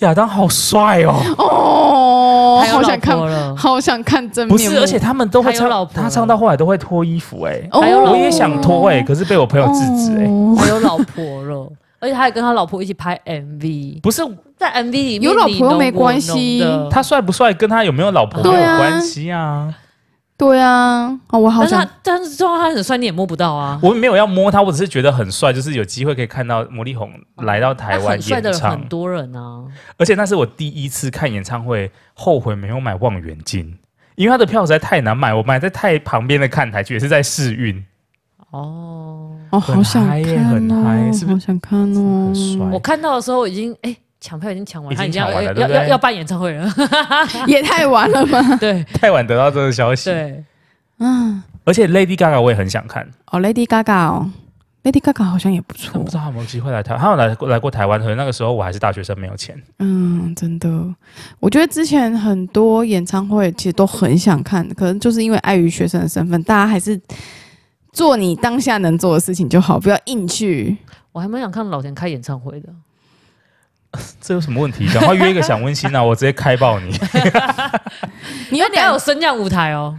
亚当好帅哦！ (laughs) 哦他有好老想看婆，了，好想看真不面目。是，而且他们都会他有老唱，婆他唱到后来都会脱衣服哎、哦还有老我也想脱哎、可是被我朋友制止哎、哦他有老婆 (laughs) 了，而且他还跟他老婆一起拍 MV，不是在 MV 里面有老你婆又侬没我关侬系的他帅不帅跟他有没有老婆没对有啊关系啊。对啊，哦，我好但是想他，但是就算他很帅，你也摸不到啊。我没有要摸他，我只是觉得很帅，就是有机会可以看到魔力红来到台他湾很帅的演人唱很，多人啊，而且那是我第一次看演唱会，后悔没有买望远镜，因为他的票实在太难买，我买在太旁边的看台区，也是在试运，哦，哦，好想很嗨耶看很嗨哦，是不是好想看哦，很帅我看到的时候已经哎，抢票已经抢完，哎已经他要抢完了要对要不对要要办演唱 (laughs) 会了，也太晚了 (laughs) 吧？对太晚得到这个消息。对，嗯，而且 Lady Gaga 我也很想看，哦，Lady Gaga 哦，Lady Gaga 好像也不但错不知，道她有没有机会来台湾，她有来过来过台湾，可是那个时候我还是大学生，没有钱。嗯，真的，我觉得之前很多演唱会其实都很想看，可能就是因为碍于学生的身份，大家还是做你当下能做的事情就好，不要硬去。我还蛮想看老田开演唱会的，这有什么问题？赶快约一个想温馨啊！我直接开爆你！因你又为你要敢有，升降舞台哦，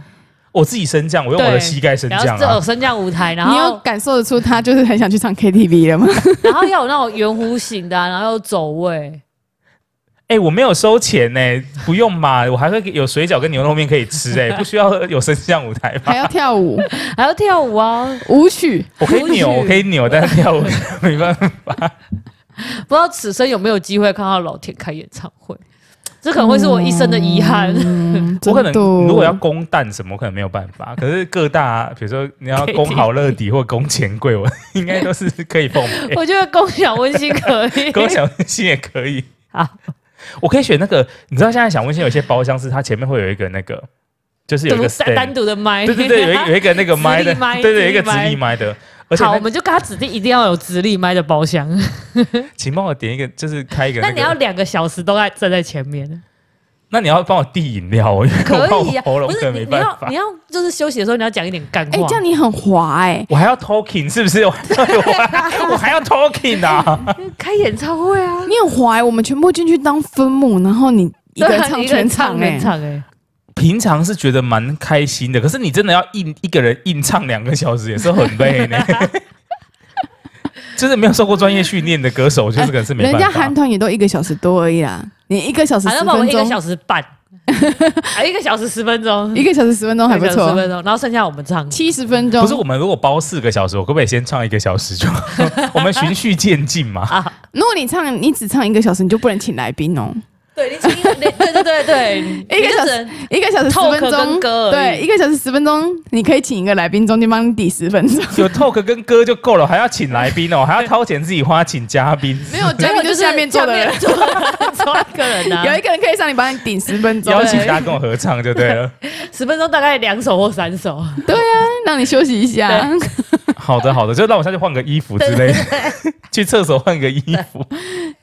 我自己升降，我用我的对膝盖升然降后这有啊！升降舞台，然你又后感受得出他就是很想去唱 KTV 了吗？ (laughs) 然后要有那种圆弧形的啊，然后又走位，哎、我没有收钱呢、不用嘛，我还会给有水饺跟牛肉面可以吃哎、不需要有升降舞台吧还？要跳舞还要跳舞啊，舞曲，我可以扭，我可 (laughs) 以扭，但是跳舞没办法。不知道此生有没有机会看到老田开演唱会，这可能会是我一生的遗憾。嗯，我可能真的如果要攻蛋什么，我可能没有办法。可是各大，比如说你要攻好乐迪或攻钱柜，我应该都是可以奉 (laughs) 陪。 (laughs) 我觉得共享温馨可 (laughs) 以，跟我想温馨也可以。好，我可以选那个，你知道现在想温馨有些包厢是它前面会有一个那个，就是有一个 stand，单 (laughs) 单独的麦，对对对，有一有一个那个麦的，直立麦对对，有一个直立直麦立麦的。而且好，我那们就跟他指定一定要有直立麦的包 (laughs) 厢，请帮我点一个，就是开一个、那那你要个。两个小时都在站在前 (laughs) 面，那你要帮我递饮料哦，因为可我怕我以呀、喉咙不真的是你没你办要法你。要就是休息的时候你要讲一点干哎、话，这样你很滑哎、我还要 talking 是不是？我我还要 talking 啊！开演唱会 (laughs) 啊，你很滑、欸，我们全部进去当分母，然后你一个 (laughs) 人对啊唱你一个人全场哎、全场哎、平常是觉得蛮开心的，可是你真的要硬一个人硬唱两个小时也是很累 (laughs) 呢。就是没有受过专业训练的歌手，就是可能是没办人法。家韩团也都一个小时多而已啦，你一个小时好十像把我分一个钟，小时半，啊， (laughs) 一个小时十分钟， (laughs) 一个小时十分钟还不十错，啊分钟，然后剩下我们唱。七十分钟不是我们如果包四个小时，我可不可以先唱一个小时就好？我们循序渐进 (laughs) 嘛。如果你唱，你只唱一个小时，你就不能请来宾哦。对，你请一个对对对对对，一个你就小时只能一个小时十 Talk 分跟钟，歌而已对，一个小时十分钟，你可以请一个来宾，中间帮你抵十分钟。有 talk 跟歌就够了，还要请来宾哦，还要掏钱自己花请嘉宾。 (laughs) 没有，结嘉果宾就是下面坐的人，坐坐一个人啊， (laughs) 有一个人可以上来帮你顶十分钟，邀请大家跟我合唱就对了。十分钟大概两首或三首，对啊，让你休息一下。好的，好的，就让我下去换个衣服之类的， (laughs) 去厕所换个衣服。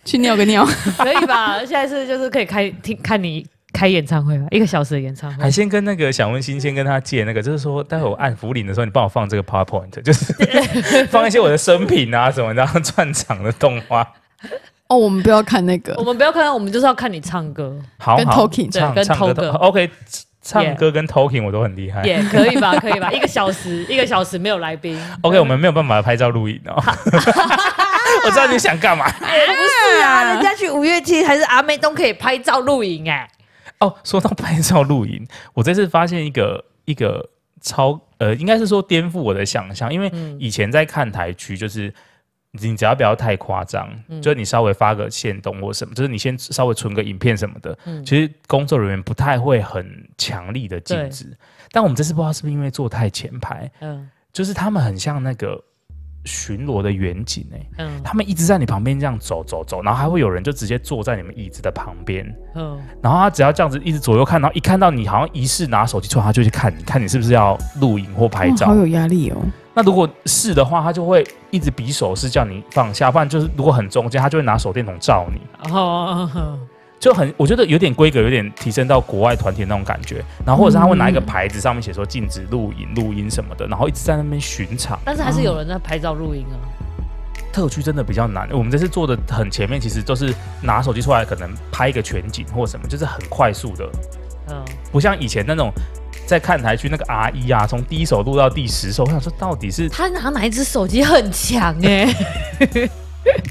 去尿个尿， (laughs) 可以吧？下一次就是可以开听看你开演唱会吧，一个小时的演唱还会。先跟那个想温馨先跟他借那个，就是说待会我按福林的时候，你帮我放这个 PowerPoint，就是 (laughs) 放一些我的生平啊什么，然后 (laughs) 串场的动画。哦，我们不要看那我个，们不要看，我们就是要看你唱歌，好跟好 talking 唱对跟唱歌都 talking OK，唱 Yeah 歌跟 talking 我都很厉害。也可以吧？可以吧？一个小时， (laughs) 一个小时没有来宾。 OK，我们没有办法拍照录影哦。 (laughs) 我知道你想干嘛不是啊，人家去五月天还是阿妹都可以拍照录影哎。哦。说到拍照录影，我这次发现一个一个超呃，应该是说颠覆我的想象，因为嗯以前在看台区就是。你只要不要太夸张，嗯就是你稍微发个线动或什么，就是你先稍微存个影片什么的，嗯其实工作人员不太会很强力的禁对止。但我们这次不知道是不是因为坐太前排，嗯就是他们很像那个巡逻的远景哎、嗯他们一直在你旁边这样走走走，然后还会有人就直接坐在你们椅子的旁边，嗯，然后他只要这样子一直左右看，然后一看到你好像疑似拿手机出来，他就去看你，看你是不是要录影或拍哇照。好有压力哦。那如果是的话，他就会一直比手势叫你放下，不然就是如果很中间，他就会拿手电筒照你。哦，就很我觉得有点规格有点提升到国外团体那种感觉，然后或者是他会拿一个牌子上面写说禁止录影、录音什么的，然后一直在那边巡场。但是还是有人在拍照录音啊。 (laughs) 特区真的比较难，我们这次做的很前面，其实都是拿手机出来可能拍一个全景或什么，就是很快速的，嗯，不像以前那种在看台区那个 R 一啊，从第一手录到第十手，我想说到底是他拿哪一只手机很强哎、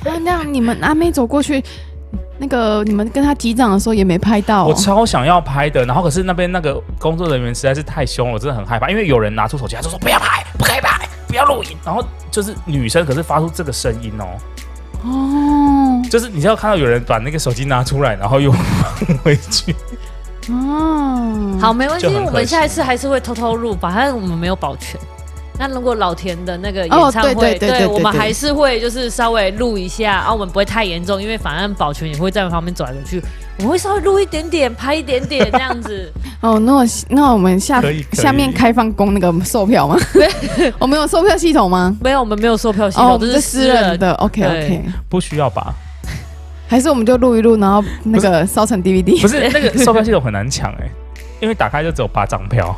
啊，那样你们阿妹走过去，那个你们跟她击掌的时候也没拍到、我哦，超想要拍的，然后可是那边那个工作人员实在是太凶了，我真的很害怕，因为有人拿出手机，他就说不要拍，不可以拍，不要录影，然后就是女生可是发出这个声音哦，哦就是你只要看到有人把那个手机拿出来，然后又放回去，哦，好，，没关系，就很可惜我们下一次还是会偷偷录，反正我们没有保全。那如果老田的那个哦演唱会，对对对对对我们对还是会就是稍微录一下啊，我们不会太严重，因为反正保全也会在旁边走来走去，我们会稍微录一点点，拍一点点这样子。 (laughs) 哦，那我那我们下可以可以下面开放供那个售票吗？ (laughs) 我们有售票系统吗？没有，我们没有售票系哦，统，我这们是私私人人。的，OK OK，不需要吧？还是我们就录一录，然后那个烧成 DVD，不是那 (laughs) 个售票系统很难抢哎、因为打开就只有八张票，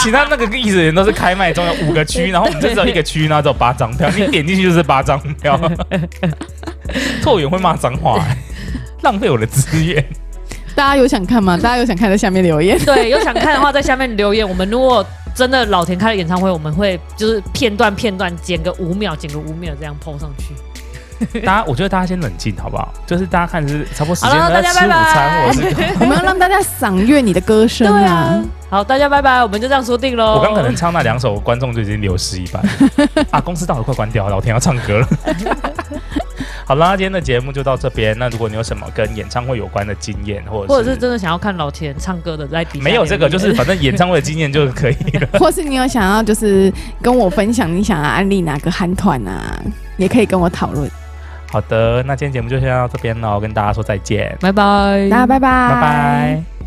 其他那个艺人都是开卖中有五个 (laughs) 区，然后我们就只有一个区，然后只有八张票，你点进去就是八张票。 (laughs) 拓员会骂脏话、欸，浪费我的资 (laughs) 源。大家有想看吗？大家有想看，在下面留言。对，有想看的话在下面留言。我们如果真的老田开了演唱会，我们会就是片段片段剪个五秒，剪个五秒这样 PO 上去。大家，我觉得大家先冷静好不好？就是大家看是差不多时间好了都在大吃家午餐，拜我是我们要让大家赏阅你的歌声对啊啊！好，大家拜拜，我们就这样说定喽。我刚可能唱那两首，观众就已经流失一半了 (laughs) 啊！公司大楼快关掉，老田要唱歌了。好啦，今天的节目就到这边。那如果你有什么跟演唱会有关的经验，或者或者是是真的想要看老田唱歌的，在底下没有这个，留就言是反正演唱会的经验就可以了。或是你有想要就是跟我分享你想要安利哪个韩团啊，也可以跟我讨论。好的，那今天节目就先到这边喽，跟大家说再见，拜拜，大家拜拜，拜拜。